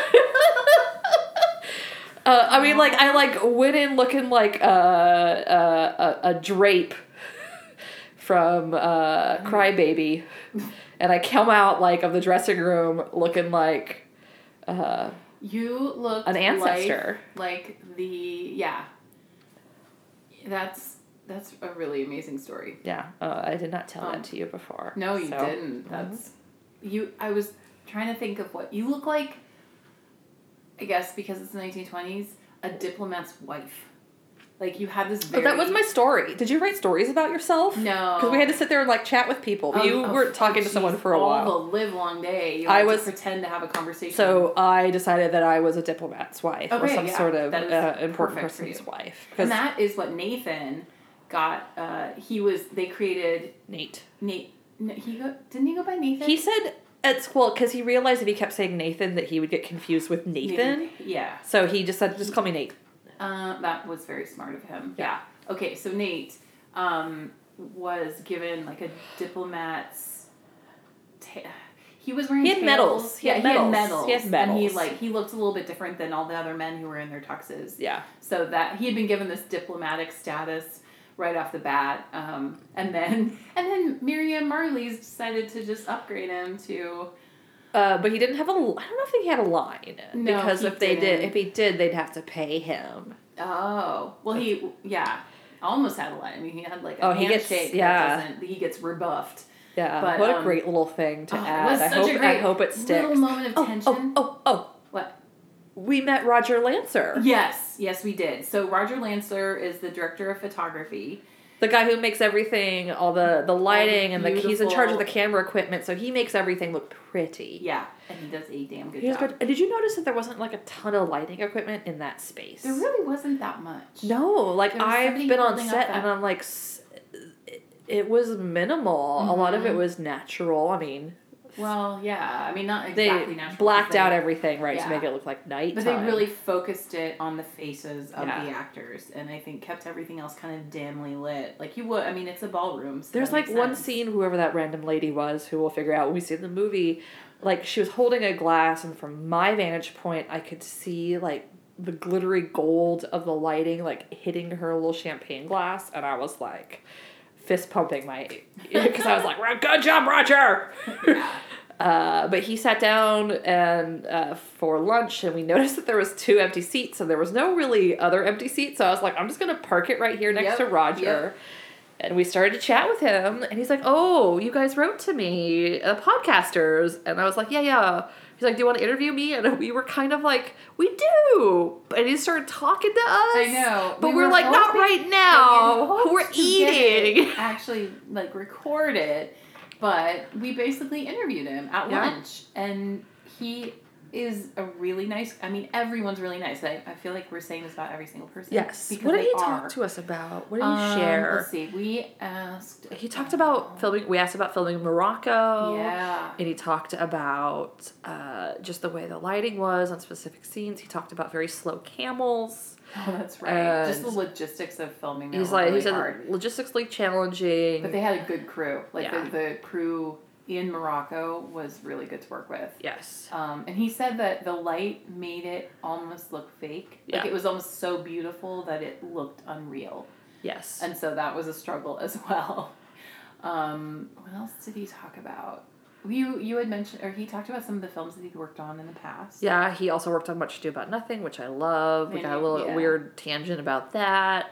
uh, i mean like i like went in looking like a a, a, a drape from uh, crybaby and i come out like of the dressing room looking like uh,
you look
an ancestor
like, like the yeah. That's that's a really amazing story.
Yeah, uh, I did not tell
Oh.
that to you before.
No, you
so- mhm.
didn't. That's you. I was trying to think of what you look like. I guess because it's the 1920s, a diplomat's wife. Like you had this.
But
Very,
Oh, that was my story. Did you write stories about yourself?
no.
Because we had to sit there and like chat with people.
Um,
you
oh,
were talking to someone
geez,
for a
All
while.
the live long day. You
I
had
was-
to pretend to have a conversation.
So I decided that I was a diplomat's wife or
Okay,
some
yeah,
sort of
that is
uh, important
perfect for
person's
you.
wife. Because
and that is what Nathan got. Uh, he was. They created
Nate.
Nate. no, He go, didn't he go by Nathan.
He said at school because he realized if he kept saying Nathan that he would get confused with Nathan.
Yeah.
So he just said, just call me Nate.
Uh, that was very smart of him.
Yeah.
Okay, so Nate um, was given like a diplomat's. Ta- he was wearing
He had
tails.
medals. He
yeah,
had
he had
medals.
medals.
He had
And he
medals.
like he looked a little bit different than all the other men who were in their tuxes.
Yeah.
So that he had been given this diplomatic status right off the bat, um, and then and then Miriam Marley's decided to just upgrade him to.
Uh, but he didn't have a. l- I don't know if he had a line
No,
because
he
if they did,
didn't.
if he did, they'd have to pay him.
Oh well, he yeah. Almost had a line. I mean, he had like a
Oh, he
handshake.
gets-
that
yeah.
doesn't- he gets rebuffed.
Yeah,
But,
what a
um,
great little thing to
Oh, it
add.
was
I
such
hope
a
I
great
hope it
little
sticks.
moment of
oh,
tension.
Oh, oh, oh,
What?
we met Roger Lancer,
Yes, yes, we did. So Roger Lancer is the director of photography.
the guy who makes everything, all the the lighting, and the he's in charge of the
beautiful-
camera equipment, so he makes everything look pretty.
Yeah, and he does a damn good
He was
job.
good. And Did you notice that there wasn't like a ton of lighting equipment in that space?
There really wasn't that much.
No, like
There was
I've
somebody
been on
holding up
set
that-
and I'm like, s- it, it was minimal. A lot
Mm-hmm.
of it was natural. I mean,
Well, yeah, I mean not
they
exactly natural.
blacked
but-
out everything, right,
Yeah.
to make it look like night.
But they really focused it on the faces of
Yeah.
the actors, and I think kept everything else kind of dimly lit. Like you would, I mean, it's a ballroom. So
There's
that
like
makes
one
sense.
scene, whoever that random lady was, who we'll figure out when we see the movie, like she was holding a glass, and from my vantage point, I could see like the glittery gold of the lighting, like hitting her little champagne glass, and I was like, fist pumping my, because I was like, "Well, "Good job, Roger." Uh, but he sat down and uh, for lunch, and we noticed that there was two empty seats, and there was no really other empty seats. So I was like, I'm just gonna park it right here next
Yep,
to Roger.
yep.
And we started to chat with him, and he's like, "Oh, you guys wrote to me, uh, podcasters," and I was like, "Yeah, yeah." He's like, "Do you want to interview me?" And we were kind of like, "We do," and he started talking to us.
I know.
but
We
we are
were
like, "Not
hoping-
right
And we
now.
hoped
We're
to get it
eating."
actually, like record it, but we basically interviewed him at
Yeah.
lunch, and he is a really nice. I mean, everyone's really nice. I, I feel like we're saying this about every single person.
Yes.
because
What did
they
he
are.
talk to us about? What did he
Um,
share?
Let's see. We asked.
He talked about filming. We asked about filming in Morocco.
Yeah.
And he talked about uh, just the way the lighting was on specific scenes. He talked about very slow camels.
Oh, that's right. Just the
and-
logistics of filming. that
He's
were
like,
really
he said,
hard.
logistically challenging.
But they had a good crew. Like
Yeah.
the, the crew in Morocco was really good to work with.
yes.
Um, and he said that the light made it almost look fake.
Yeah.
Like it was almost so beautiful that it looked unreal.
Yes.
And so that was a struggle as well. Um, what else did he talk about? You you had mentioned, or he talked about some of the films that he'd worked on in the past.
yeah, he also worked on Much Ado About Nothing, which I love. We
I
got a
know,
little
yeah.
weird tangent about that.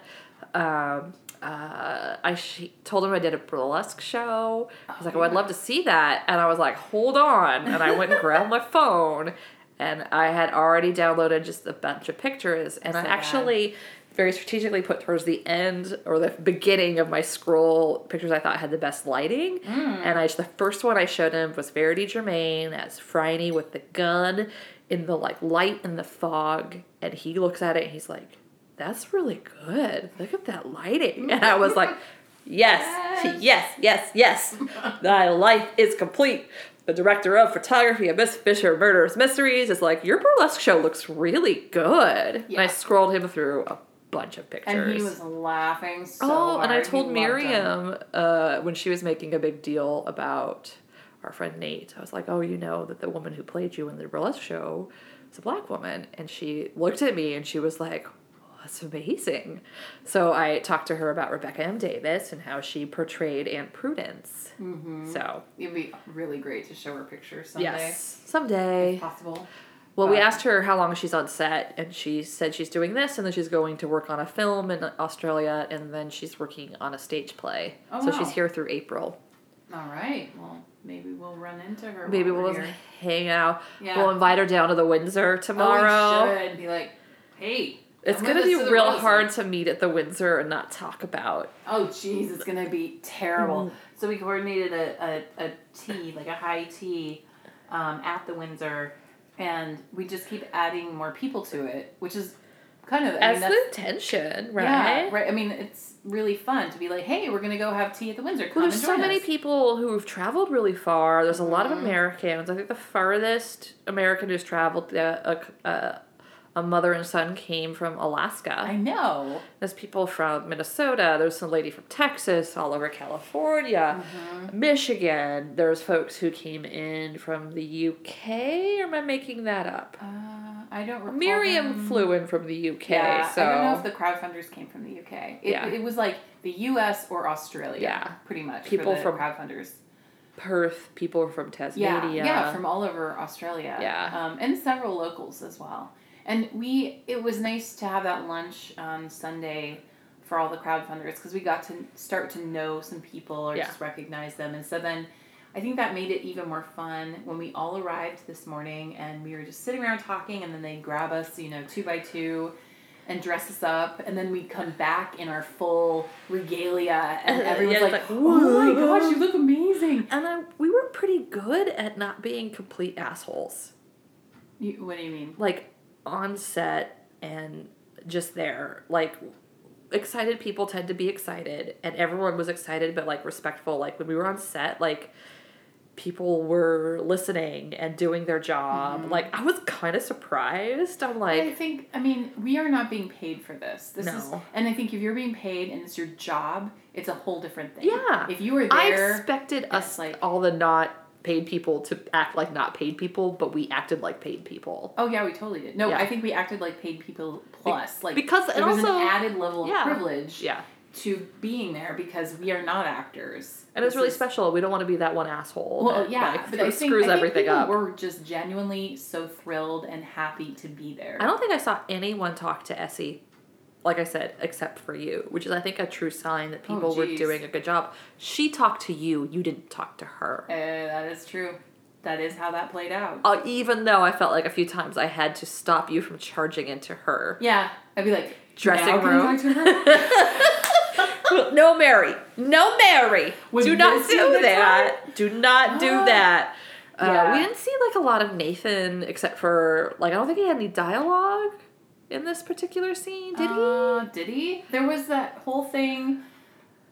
Um, uh, I sh- told him I did a burlesque show. I was like, oh, I'd love to see that. And I was like, hold on. And I went and grabbed my phone. And I had already downloaded just a bunch of pictures. And I
So bad.
actually very strategically put towards the end or the beginning of my scroll pictures I thought had the best lighting.
Hmm.
And I the first one I showed him was Verity Germain as Franny with the gun in the like light and the fog. And he looks at it and he's like, That's really good. Look at that lighting. And I was like, Yes, yes, yes, yes. Thy life is complete. The director of photography of Miss Fisher Murderous Mysteries is like, Your burlesque show looks really good. And I
Yeah.
scrolled him through a bunch of pictures.
And he was laughing so
Oh, and I
hard. He
told
loved them.
Miriam uh, when she was making a big deal about our friend Nate. I was like, "Oh, you know that the woman who played you in the burlesque show is a black woman," and she looked at me and she was like. "Well, That's amazing. So I talked to her about Rebecca M. Davis and how she portrayed Aunt Prudence. Mm-hmm. So
It'd be really great to show her pictures someday.
yes, someday.
If possible.
Well, we
But-
asked her how long she's on set, and she said she's doing this, and then she's going to work on a film in Australia, and then she's working on a stage play.
Oh,
so
wow.
she's here through April.
All right. Well, maybe we'll run into her.
Maybe
while
we'll
we're
just
here.
hang out.
Yeah.
We'll invite her down to the Windsor
Oh,
tomorrow.
we should be like, hey.
it's
come
gonna
with
be
us the
real
Rosen.
hard to meet at the Windsor and not talk about.
Oh, jeez, it's gonna be
Mm.
terrible. So we coordinated a, a, a tea, like a high tea, um, at the Windsor, and we just keep adding more people to it, which is kind of I
As
mean,
the
that's,
intention,
yeah,
right?
right. I mean, it's really fun to be like, hey, we're gonna go have tea at the Windsor. Come Mm-hmm.
Well, there's
and
so
join
many
us.
people who've traveled really far. There's a lot of Americans. I think the farthest American who's traveled, uh, a, a, a mother and son came from Alaska.
I know.
There's people from Minnesota. There's some lady from Texas, all over California,
Mm-hmm.
Michigan. There's folks who came in from the UK. Or am I making that up?
Uh, I don't. Recall
Miriam
them.
flew in from the UK,
Um, Yeah,
so
I don't know if the crowdfunders came from the UK. It,
Yeah.
it was like the US or Australia.
Yeah.
pretty much. for
People
the
from
crowdfunders.
Perth people from
Yeah,
Tasmania.
yeah, from all over Australia.
Yeah.
um, and several locals as well. And we, it was nice to have that lunch on Sunday for all the crowdfunders because we got to start to know some people or
Yeah.
just recognize them. And so then, I think that made it even more fun when we all arrived this morning and we were just sitting around talking, and then they grab us, you know, two by two. And dress us up, and then we come back in our full regalia, and
Yeah,
everyone's
it's
like,
like,
"Oh my
"Whoa."
gosh, you look amazing!"
and I, we were pretty good at not being complete assholes,
You, what do you mean?
like on set and just there, like. Excited people tend to be excited, and everyone was excited, but like respectful. Like when we were on set, like people were listening and doing their job. Like I was kind of surprised. I'm
Mm-hmm. I
like,
think I mean we are not being paid for this. This is
No.
and I think if you're being paid and it's your job, it's a whole different thing.
Yeah.
If you were
I
there
expected us
like-
all the not paid people to act like not paid people, but we acted like paid people.
Oh yeah, we totally did. No,
Yeah.
I think we acted like paid people plus. Like
because-
there
and
was
also-
an added level
yeah.
of privilege
Yeah.
to being there because we are not actors.
And it's
This
really
is-
special. We don't want to be that one asshole.
Well,
that,
yeah,
like,
but
thro-
I think,
screws
I think
everything
people
up.
were just genuinely so thrilled and happy to be there.
I don't think I saw anyone talk to Essie, like I said, except for you, which is I think a true sign that people were
geez.
doing a good job. She talked to you. You didn't talk to her.
Uh, that is true. That is how that played out.
Uh, even though I felt like a few times I had to stop you from charging into her.
Yeah, I'd be like
Dressing
now can we
room.
talk to her?
no, Mary. No, Mary.
Would
do not
this be
do
the
that. Do not do that. Uh,
Yeah.
We didn't see like a lot of Nathan, except for like I don't think he had any dialogue in this particular scene. Did he?
Uh, did he? There was that whole thing.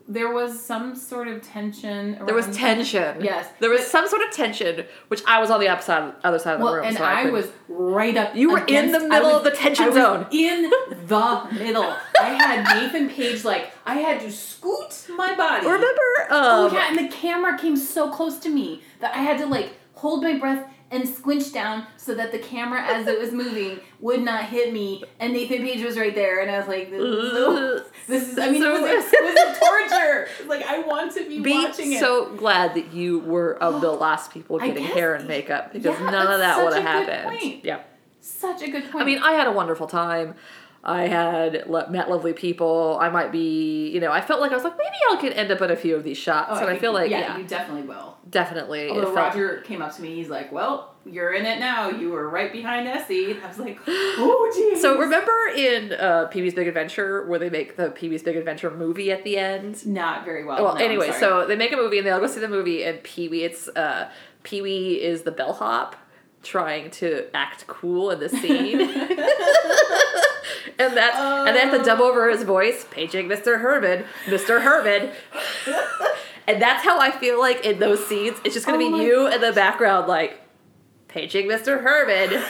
There was some sort of tension.
There was
around-
tension.
Yes.
There was
But-
some sort of tension, which I was on the upside, other side of the
Well,
room.
and
so
I,
couldn't-
was right up.
You were in
against-
the middle
I was-
of the tension
I was
zone.
In the middle, I had Nathan Page like I had to scoot my body.
Remember? Um,
Oh yeah, and the camera came so close to me that I had to like hold my breath and squinch down so that the camera, as it was moving, would not hit me. And Nathan Page was right there, and I was like, "This is, so- this is I mean, it was, it was a torture. Like I want to be, watching
Be
it.
so glad that you were of the last people
I
getting
guess-
hair and makeup because
yeah,
none of
that's
that would
such
have
a good
happened.
point.
Yeah.
Such a good point.
I mean, I had a wonderful time. I had le- met lovely people. I might be, you know, I felt like I was like, maybe I could end up in a few of these shots. and I,
think
feel
you-
like,
Oh, yeah,
yeah,
you definitely will.
definitely. it
Although
felt-
Roger came up to me, he's like, "Well, you're in it now. You were right behind Essie." And I was like, "Oh, geez."
So remember in uh, Pee Wee's Big Adventure where they make the Pee Wee's Big Adventure movie at the end?
not very well.
Oh, Well,
no, I'm
anyway,
sorry.
so they make a movie and they all go see the movie, and Pee Wee, it's uh, Pee Wee is the bellhop trying to act cool in the scene. and that and they have to dub over his voice, paging Mr. Herman, Mr. Herman. and that's how I feel like in those scenes, it's just gonna
Oh my
be you in the background, like paging Mr. Herman.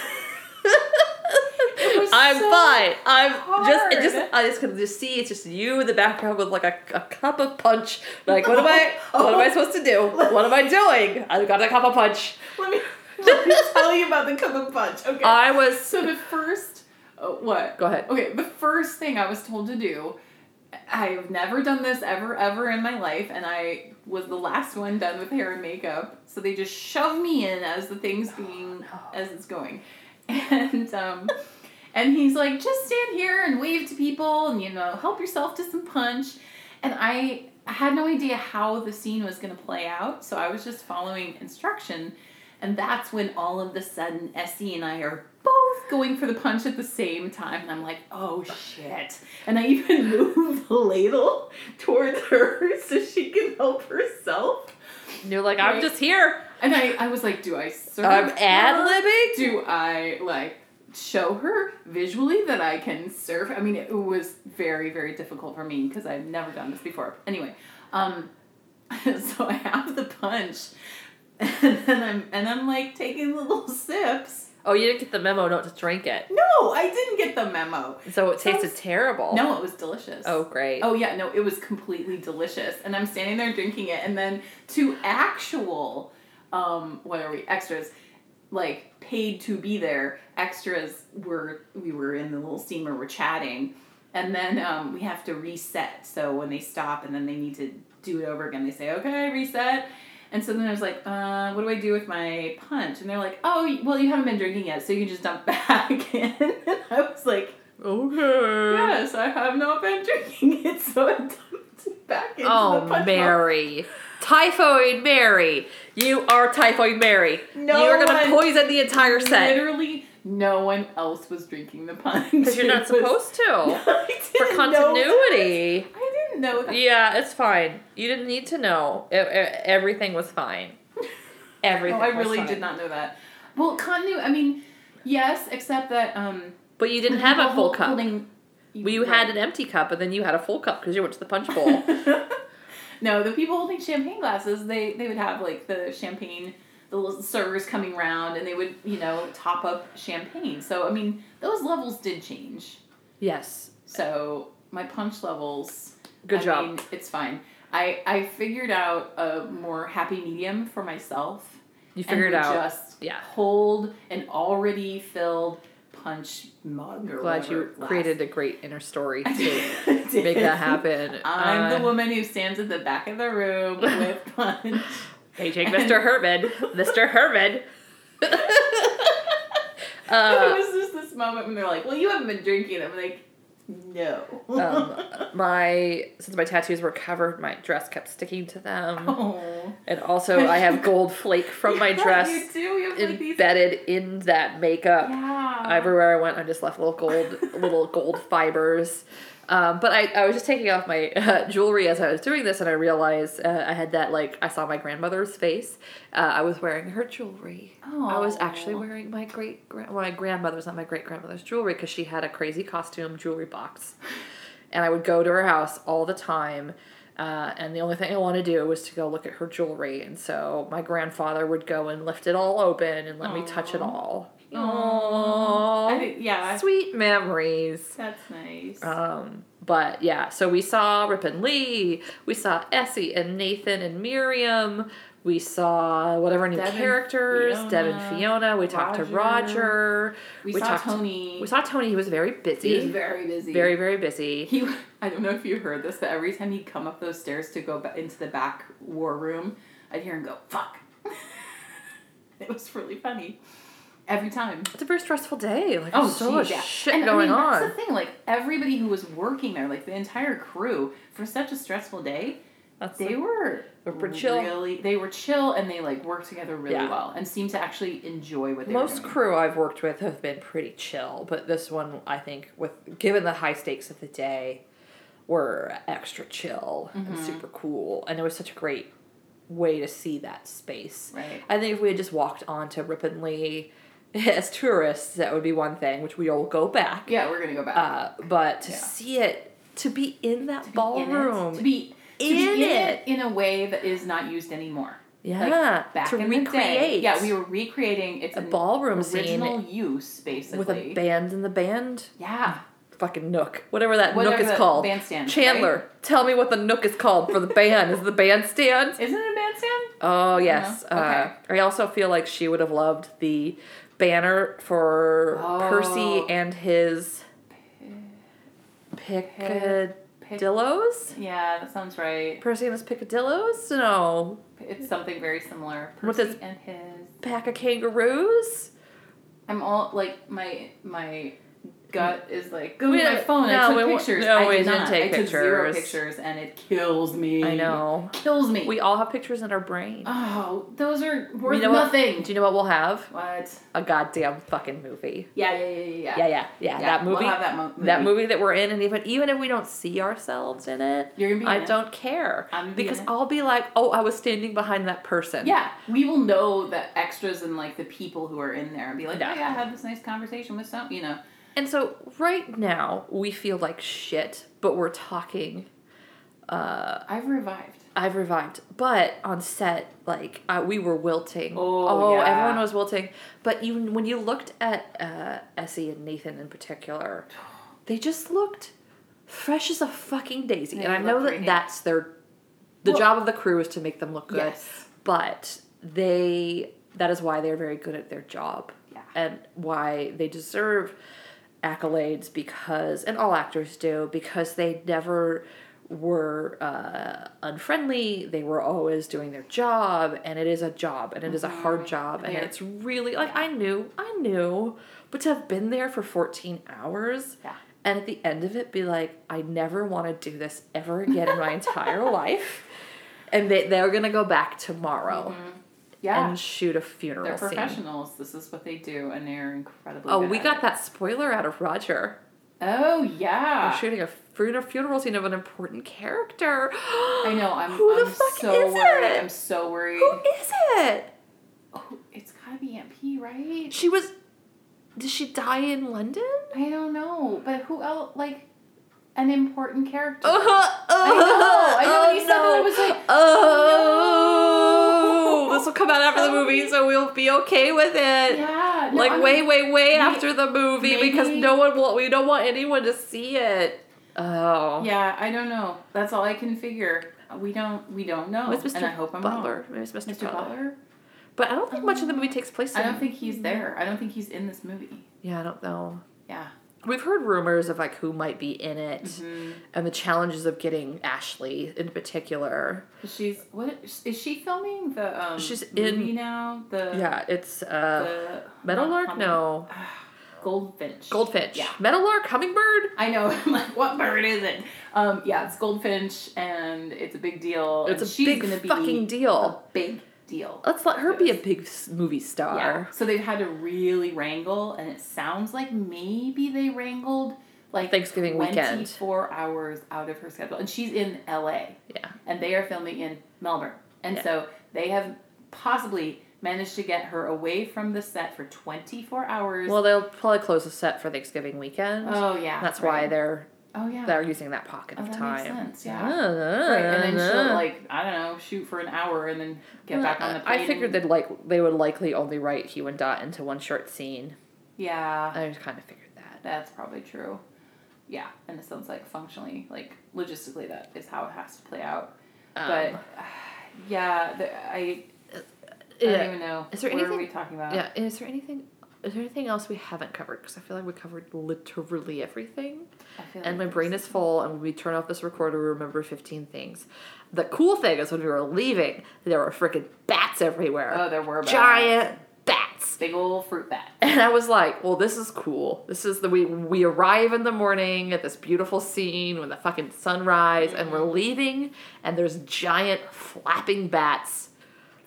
was
I'm
so
fine. I'm just, it just,
hard.
I just can just see it's just you in the background with like a, a cup of punch. Like, what am I? What am I supposed to do? What am I doing? I've got a cup of punch.
let me, let me tell you about the cup of punch. Okay.
I was.
so the first, uh, what?
Uh, Go ahead.
Okay, the first thing I was told to do, I've never done this ever, ever in my life, and I was the last one done with hair and makeup. So they just shoved me in as the thing's
Oh,
being, as it's going. And, um,. And he's like, just stand here and wave to people and, you know, help yourself to some punch. And I had no idea how the scene was going to play out, so I was just following instruction. And that's when all of the sudden Essie and I are both going for the punch at the same time. And I'm like, oh shit. And I even move the ladle towards her so she can help herself.
And you're like, I'm
Right.
just here.
And I, I was like, do I serve
I'm
her?
ad libbing.
do I like show her visually that I can surf? I mean, it was very, very difficult for me because I've never done this before. Anyway, um, so I have the punch, and then I'm and I'm like taking little sips.
Oh, you didn't get the memo not to drink it.
No, I didn't get the memo.
So it tasted
Sounds-
terrible.
No, it was delicious.
Oh, great.
Oh yeah, no, it was completely delicious. And I'm standing there drinking it, and then two actual, um, what are we extras? Like paid to be there. Extras were we were in the little scene where we're chatting, and then um, we have to reset. So when they stop, and then they need to do it over again. They say, "Okay, reset." And so then I was like, uh, "What do I do with my punch?" And they're like, "Oh, well, you haven't been drinking yet, so you can just dump back." in. and I was like.
Okay.
Yes, I have not been drinking it, so I dumped it back into the
Oh,
punch bowl.
Mary. Typhoid Mary. You are Typhoid Mary.
No
You're going to
one-
poison the entire set.
Literally, no one else was drinking the punch.
Because you're not
It was-
supposed to.
I
For
didn't Know
continuity.
that. I didn't know that.
Yeah, it's fine. You didn't need to know. E- e- everything was fine. Everything.
No, I
was
really
fine.
did not know that. Well, continuity. I mean, yes, except that um,
But you didn't have a
people
full cup.
holding-
Well, you had an empty cup, and then you had a full cup because you went to the punch bowl.
no, the people holding champagne glasses, they they would have like the champagne, the little servers coming round, and they would you know top up champagne. So I mean, those levels did change.
yes.
So my punch levels.
Good
I
job.
Mean, it's fine. I I figured out a more happy medium for myself.
You
and
figured
would
out.
Just
yeah.
hold an already filled punch mug or
Glad
whatever
you
last-
created a great inner story to
I did.
make that happen.
I'm
Uh,
the woman who stands at the back of the room with punch.
Paging Mr. Herman. Mr. Herman.
it
uh,
was just this moment when they're like, "Well, you haven't been drinking." I'm like, "No."
um, my since my tattoos were covered, my dress kept sticking to them,
oh.
and also I have gold flake from my
Yeah,
dress
You do. You have like these.
embedded in that makeup.
Yeah.
Everywhere I went, I just left little gold, little gold fibers. Um, but I, I was just taking off my uh, jewelry as I was doing this, and I realized uh, I had that like I saw my grandmother's face. Uh, I was wearing her jewelry. I was actually
Aw.
wearing my great grand my grandmother's not my great grandmother's jewelry because she had a crazy costume jewelry box, and I would go to her house all the time. Uh, and the only thing I wanted to do was to go look at her jewelry, and so my grandfather would go and lift it all open and let me touch it
Aw.
all.
Aw. I think- yeah. I-
Sweet memories.
That's nice.
Um, but yeah, so we saw Rip and Lee, we saw Essie and Nathan and Miriam, we saw whatever new
Deb and
characters, Deb and
Fiona,
Fiona, we talked to Roger.
we, saw
talked-
Tony.
We saw Tony, he was very busy.
He was very busy.
very, very busy.
He, I don't know if you heard this, but every time he'd come up those stairs to go ba- into the back war room, I'd hear him go, fuck. it was really funny. Every time.
It's a very stressful day. Like
Oh,
there's so
geez,
much
yeah.
shit
and,
going
I mean,
on.
That's the thing. Like everybody who was working there, like the entire crew, for such a stressful day,
That's
they
the-
were
They were chill.
Really, they were chill and they like worked together really
Yeah.
well and seemed to actually enjoy what they
Most
were doing.
crew I've worked with have been pretty chill, but this one I think with given the high stakes of the day were extra chill
Mm-hmm.
and super cool. And it was such a great way to see that space.
Right.
I think if we had just walked on to Rip and Lee as tourists, that would be one thing, which we all go back.
Yeah, we're gonna go back.
Uh, but to
Yeah.
see it to be in that
To be in it.
ballroom.
to be to be
In
in,
it.
it in a way that is not used anymore. Like,
yeah.
back
to
in
recreate.
the day, yeah, we were recreating it's
a
an
ballroom
original
scene
use basically
with a band in the band.
Yeah,
fucking nook, whatever that
Whatever
nook is
the
called.
bandstand,
Chandler, tell me what the nook is called for the band. is it the bandstand?
isn't it a bandstand?
Oh yes.
know.
Uh, I also feel like she would have loved the banner for
Oh.
Percy and his picadillos.
Yeah, that sounds right.
Percy and his picadillos. No,
It's something very similar. Percy
With his-
and his.
pack of kangaroos.
I'm all like my my gut is like go
We
to my
don't-
phone.
no,
I took
we won't-
pictures.
no,
I
we
did
didn't
not.
take
I took zero
pictures.
pictures, and it kills me.
I know.
kills me.
We all have pictures in our brain.
oh, those are worth
you know
nothing.
What, do you know what we'll have?
What?
A goddamn fucking movie.
Yeah, yeah, yeah, yeah, yeah.
Yeah, yeah, yeah. that movie.
We'll have that mo- movie.
that movie that we're in, and even even if we don't see ourselves in it,
You're gonna be.
I
in it.
don't care
I'm gonna be
because
in it.
I'll be like, oh, I was standing behind that person.
Yeah, we will know the extras and like the people who are in there and be like,
Yeah.
oh yeah, I had this nice conversation with some, you know.
And so right now we feel like shit, but we're talking. Uh,
I've revived.
I've revived, but on set, like uh, we were wilting.
Oh, yeah.
everyone was wilting. But even when you looked at uh, Essie and Nathan in particular, they just looked fresh as a fucking daisy.
They
and I know
looked
that
great.
that's their. The
Well-
job of the crew is to make them look good.
Yes.
but they that is why they're very good at their job
Yeah.
and why they deserve accolades because and all actors do because they never were uh, unfriendly they were always doing their job and it is a job and it is a hard job and
Mm-hmm. Yeah.
it's really like i knew i knew but to have been there for 14 hours
Yeah.
and at the end of it be like i never want to do this ever again in my entire life and they, they're gonna go back tomorrow
Yeah.
and shoot a
Mm-hmm. They're
funeral scene
professionals. This is what they do, and they're incredibly.
oh
good
we
at
got
it.
that spoiler out of roger
Oh
we're
yeah.
shooting a funeral funeral scene of an important character
I know. I'm.
who
I'm
the fuck
so
is
worried.
it
I'm so worried.
who is it
Oh, it's gotta be Aunt P, right?
she was did she die in london
I don't know, but who else? Like, an important character.
Uh-huh,
I know. I know.
uh-huh,
when you said that, I
no.
was like,
Oh,
no.
this will come out after the movie, so we'll be okay with it.
yeah. no,
like
I mean,
way, way, way
may-
after the movie because
maybe-
no one will. We don't want anyone to see it. Oh,
Yeah, I don't know. That's all I can figure. We don't. We don't know.
It was Mr.
And I hope I'm
Butler.
wrong.
Maybe it's Mr.
Mr. Butler. Um,
But I don't think much of the movie takes place.
I
in-
don't think he's there. I don't think he's in this movie.
Yeah, I don't know.
Yeah.
We've heard rumors of like who might be in it,
Mm-hmm.
and the challenges of getting Ashley in particular.
She's what is she filming the um
She's
movie
in-
now? The
Yeah, it's uh,
the
Meadowlark.
hum-
No,
Goldfinch.
Goldfinch.
Yeah.
Meadowlark, hummingbird.
I know. I'm like, what bird is it? Um, yeah, it's Goldfinch, and it's a big deal.
It's
and
a
she's
big
gonna be
fucking deal.
a big deal.
Let's let her be a big s- movie
Yeah.
star.
So they've had to really wrangle, and it sounds like maybe they wrangled like
Thanksgiving weekend.
four hours out of her schedule, and she's in L.A.
Yeah.
and they are filming in Melbourne, and
Yeah.
so they have possibly managed to get her away from the set for twenty four hours.
Well, they'll probably cllose the set for Thanksgiving weekend.
oh yeah,
That's
right.
why they're
oh yeah
they're using that pocket
Oh,
of
that
time.
makes sense, yeah.
Ah,
Right, and then
ah.
she'll like I don't know shoot for an hour and then get back on the plane.
Uh, I figured
and-
they'd like they would likely only write Hugh and Dot into one short scene.
Yeah,
I kind of figured that.
that's probably true. Yeah, and it sounds like functionally, like logistically, that is how it has to play out. but
Um,
yeah, the, I, I
yeah.
don't even know.
Is there
what
anything-
are we talking about?
Yeah. Is there anything? Is there anything else we haven't covered? Because I feel like we covered literally everything,
I feel
and my
like
brain
there's-
is full. And when we turn off this recorder, we remember fifteen things. The cool thing is when we were leaving, there were freaking bats everywhere.
Oh, there were bats.
giant bats.
big old fruit bat.
And I was like, well, this is cool. This is the we we arrive in the morning at this beautiful scene with the fucking sunrise, and
Mm-hmm.
we're leaving, and there's giant flapping bats.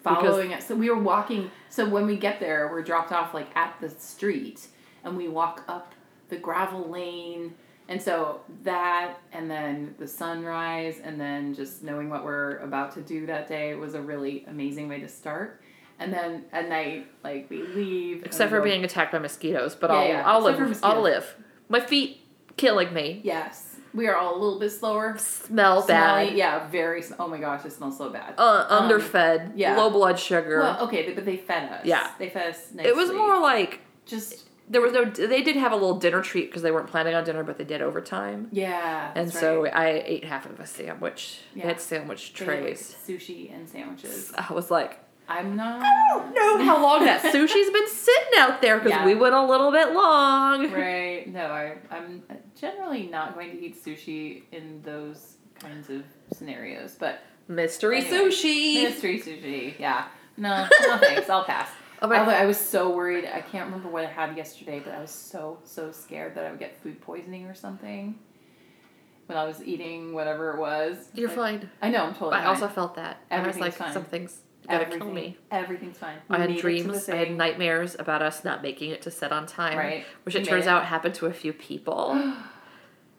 Because-
following us. So we were walking. So when we get there, we're dropped off like at the street, and we walk up the gravel lane. And so that, and then the sunrise, and then just knowing what we're about to do that day was a really amazing way to start. And then at night, like we leave. and
Except
we
for
go-
being attacked by mosquitoes, but
Oh, Yeah,
I'll
yeah,
I'll
except for
live. I'll
mosquitoes.
live. My feet killing me.
Yes, we are all a little bit slower.
Smell bad.
Smelly, yeah, very. sm- Oh my gosh, it smells so bad.
Uh,
Um,
underfed.
yeah.
Low blood sugar.
Well, okay, but they fed us.
Yeah.
they fed us. Nicely.
it was more like
just
there was no. They did have a little dinner treat because they weren't planning on dinner, but they did overtime.
yeah.
And
that's
so
right.
I ate half of a sandwich. They
Yeah.
had sandwich
They had, like,
trays.
sushi and sandwiches.
I was like,
I'm not.
I don't know how long that sushi's been sitting out there because
Yeah.
we went a little bit long.
Right. No, I, I'm generally not going to eat sushi in those kinds of scenarios, but
Mystery
Anyway.
sushi.
mystery sushi, yeah. No, no thanks. I'll pass.
Oh my-
Although I was so worried. I can't remember what I had yesterday, but I was so, so scared that I would get food poisoning or something when I was eating whatever it was.
You're
Like,
fine.
I know, I'm totally
I also
fine.
felt that. And I was like,
Everything's fine.
something's gonna kill
Everything-
me.
Everything's fine.
I
Made
had
it to the
dreams. I had
thing.
nightmares about us not making it to set on time,
Right.
which
We
it
made
turns
it.
out happened to a few people.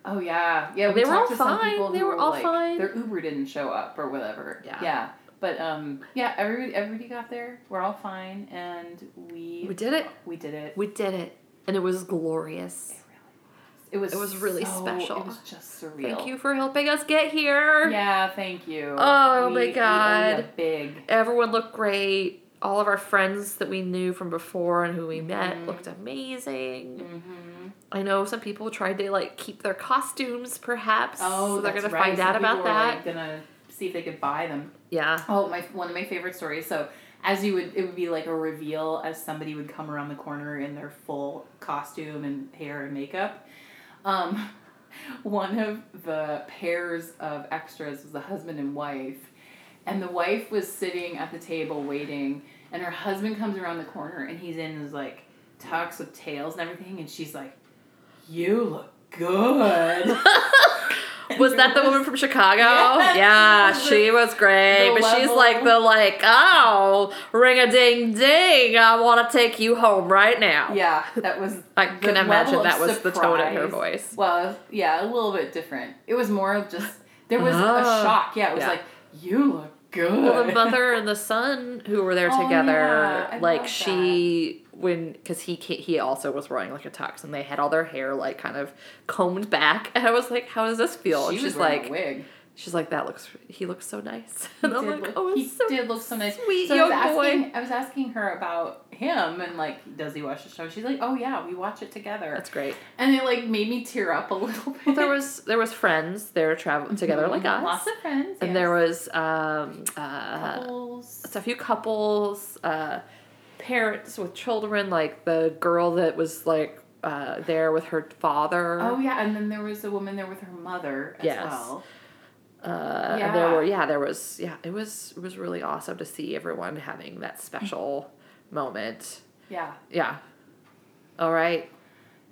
Oh yeah, yeah.
They were
talked
all
to some
fine.
people
They
who
were all
like,
fine.
Their Uber didn't show up or whatever.
Yeah.
yeah. But um, yeah. Everybody, everybody got there. We're all fine, and we
We did it.
We did it.
we did it, and it was glorious.
it was
it was really
so-
special.
It was just surreal.
Thank you for helping us get here.
Yeah, thank you.
Oh,
We-
my
we owe you
God.
a big.
Everyone looked great. All of our friends that we knew from before and who we met
Mm-hmm.
looked amazing.
hmm
I know some people tried to like keep their costumes, perhaps.
Oh,
so they're
that's
gonna
right.
find
Some
out about
people were,
that.
like, gonna see if they could buy them.
yeah.
Oh, my one of my favorite stories. So as you would, it would be like a reveal as somebody would come around the corner in their full costume and hair and makeup. Um, one of the pairs of extras was the husband and wife, and the wife was sitting at the table waiting, and her husband comes around the corner and he's in his like tux with tails and everything, and she's like, "You look good."
Was that the woman from Chicago?
Yes.
Yeah, she was great.
The
but she's
level.
like the like, oh, ring a ding ding. I want to take you home right now.
Yeah, that was.
I
the
can imagine
level of
that was the tone in her
surprise
voice.
Well, yeah, a little bit different. It was more of just there was a
Oh.
shock. Yeah, it was
Yeah.
like you look good.
Well, the mother and the son who were there
Oh,
together,
yeah. I
like
love
she when because he ca- he also was wearing like a tux and they had all their hair like kind of combed back and I was like, how does this feel?
she
and
was
she's
wearing
like,
a wig.
She's like, that looks. He looks so nice. And I'm
did
like,
look-
oh,
he
it's so
did look so nice.
sweet
so I was,
young boy.
asking, I was asking her about him and like, does he watch the show? She's like, oh yeah, we watch it together.
That's great.
and it like made me tear up a little bit.
Well, there was there was friends. They were traveling together like us.
Lots of friends.
and
yes.
there was um, uh,
couples.
so a few couples, uh, parents with children, like the girl that was like uh, there with her father.
Oh yeah, and then there was a woman there with her mother as
Yes.
well.
Uh, and there
yeah.
were yeah, there was yeah, it was it was really awesome to see everyone having that special moment.
Yeah,
Yeah. All right.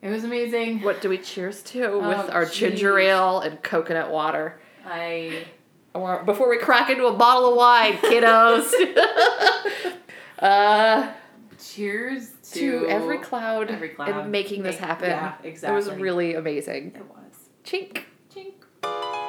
it was amazing.
What do we cheers to
Oh,
with our ginger
geez.
ale and coconut water?
I
Or before we crack into a bottle of wine, kiddos. uh,
cheers to,
to every cloud,
every cloud.
and making this
Make-
happen.
yeah,
It was
exactly.
really amazing.
It was
Chink.
chink.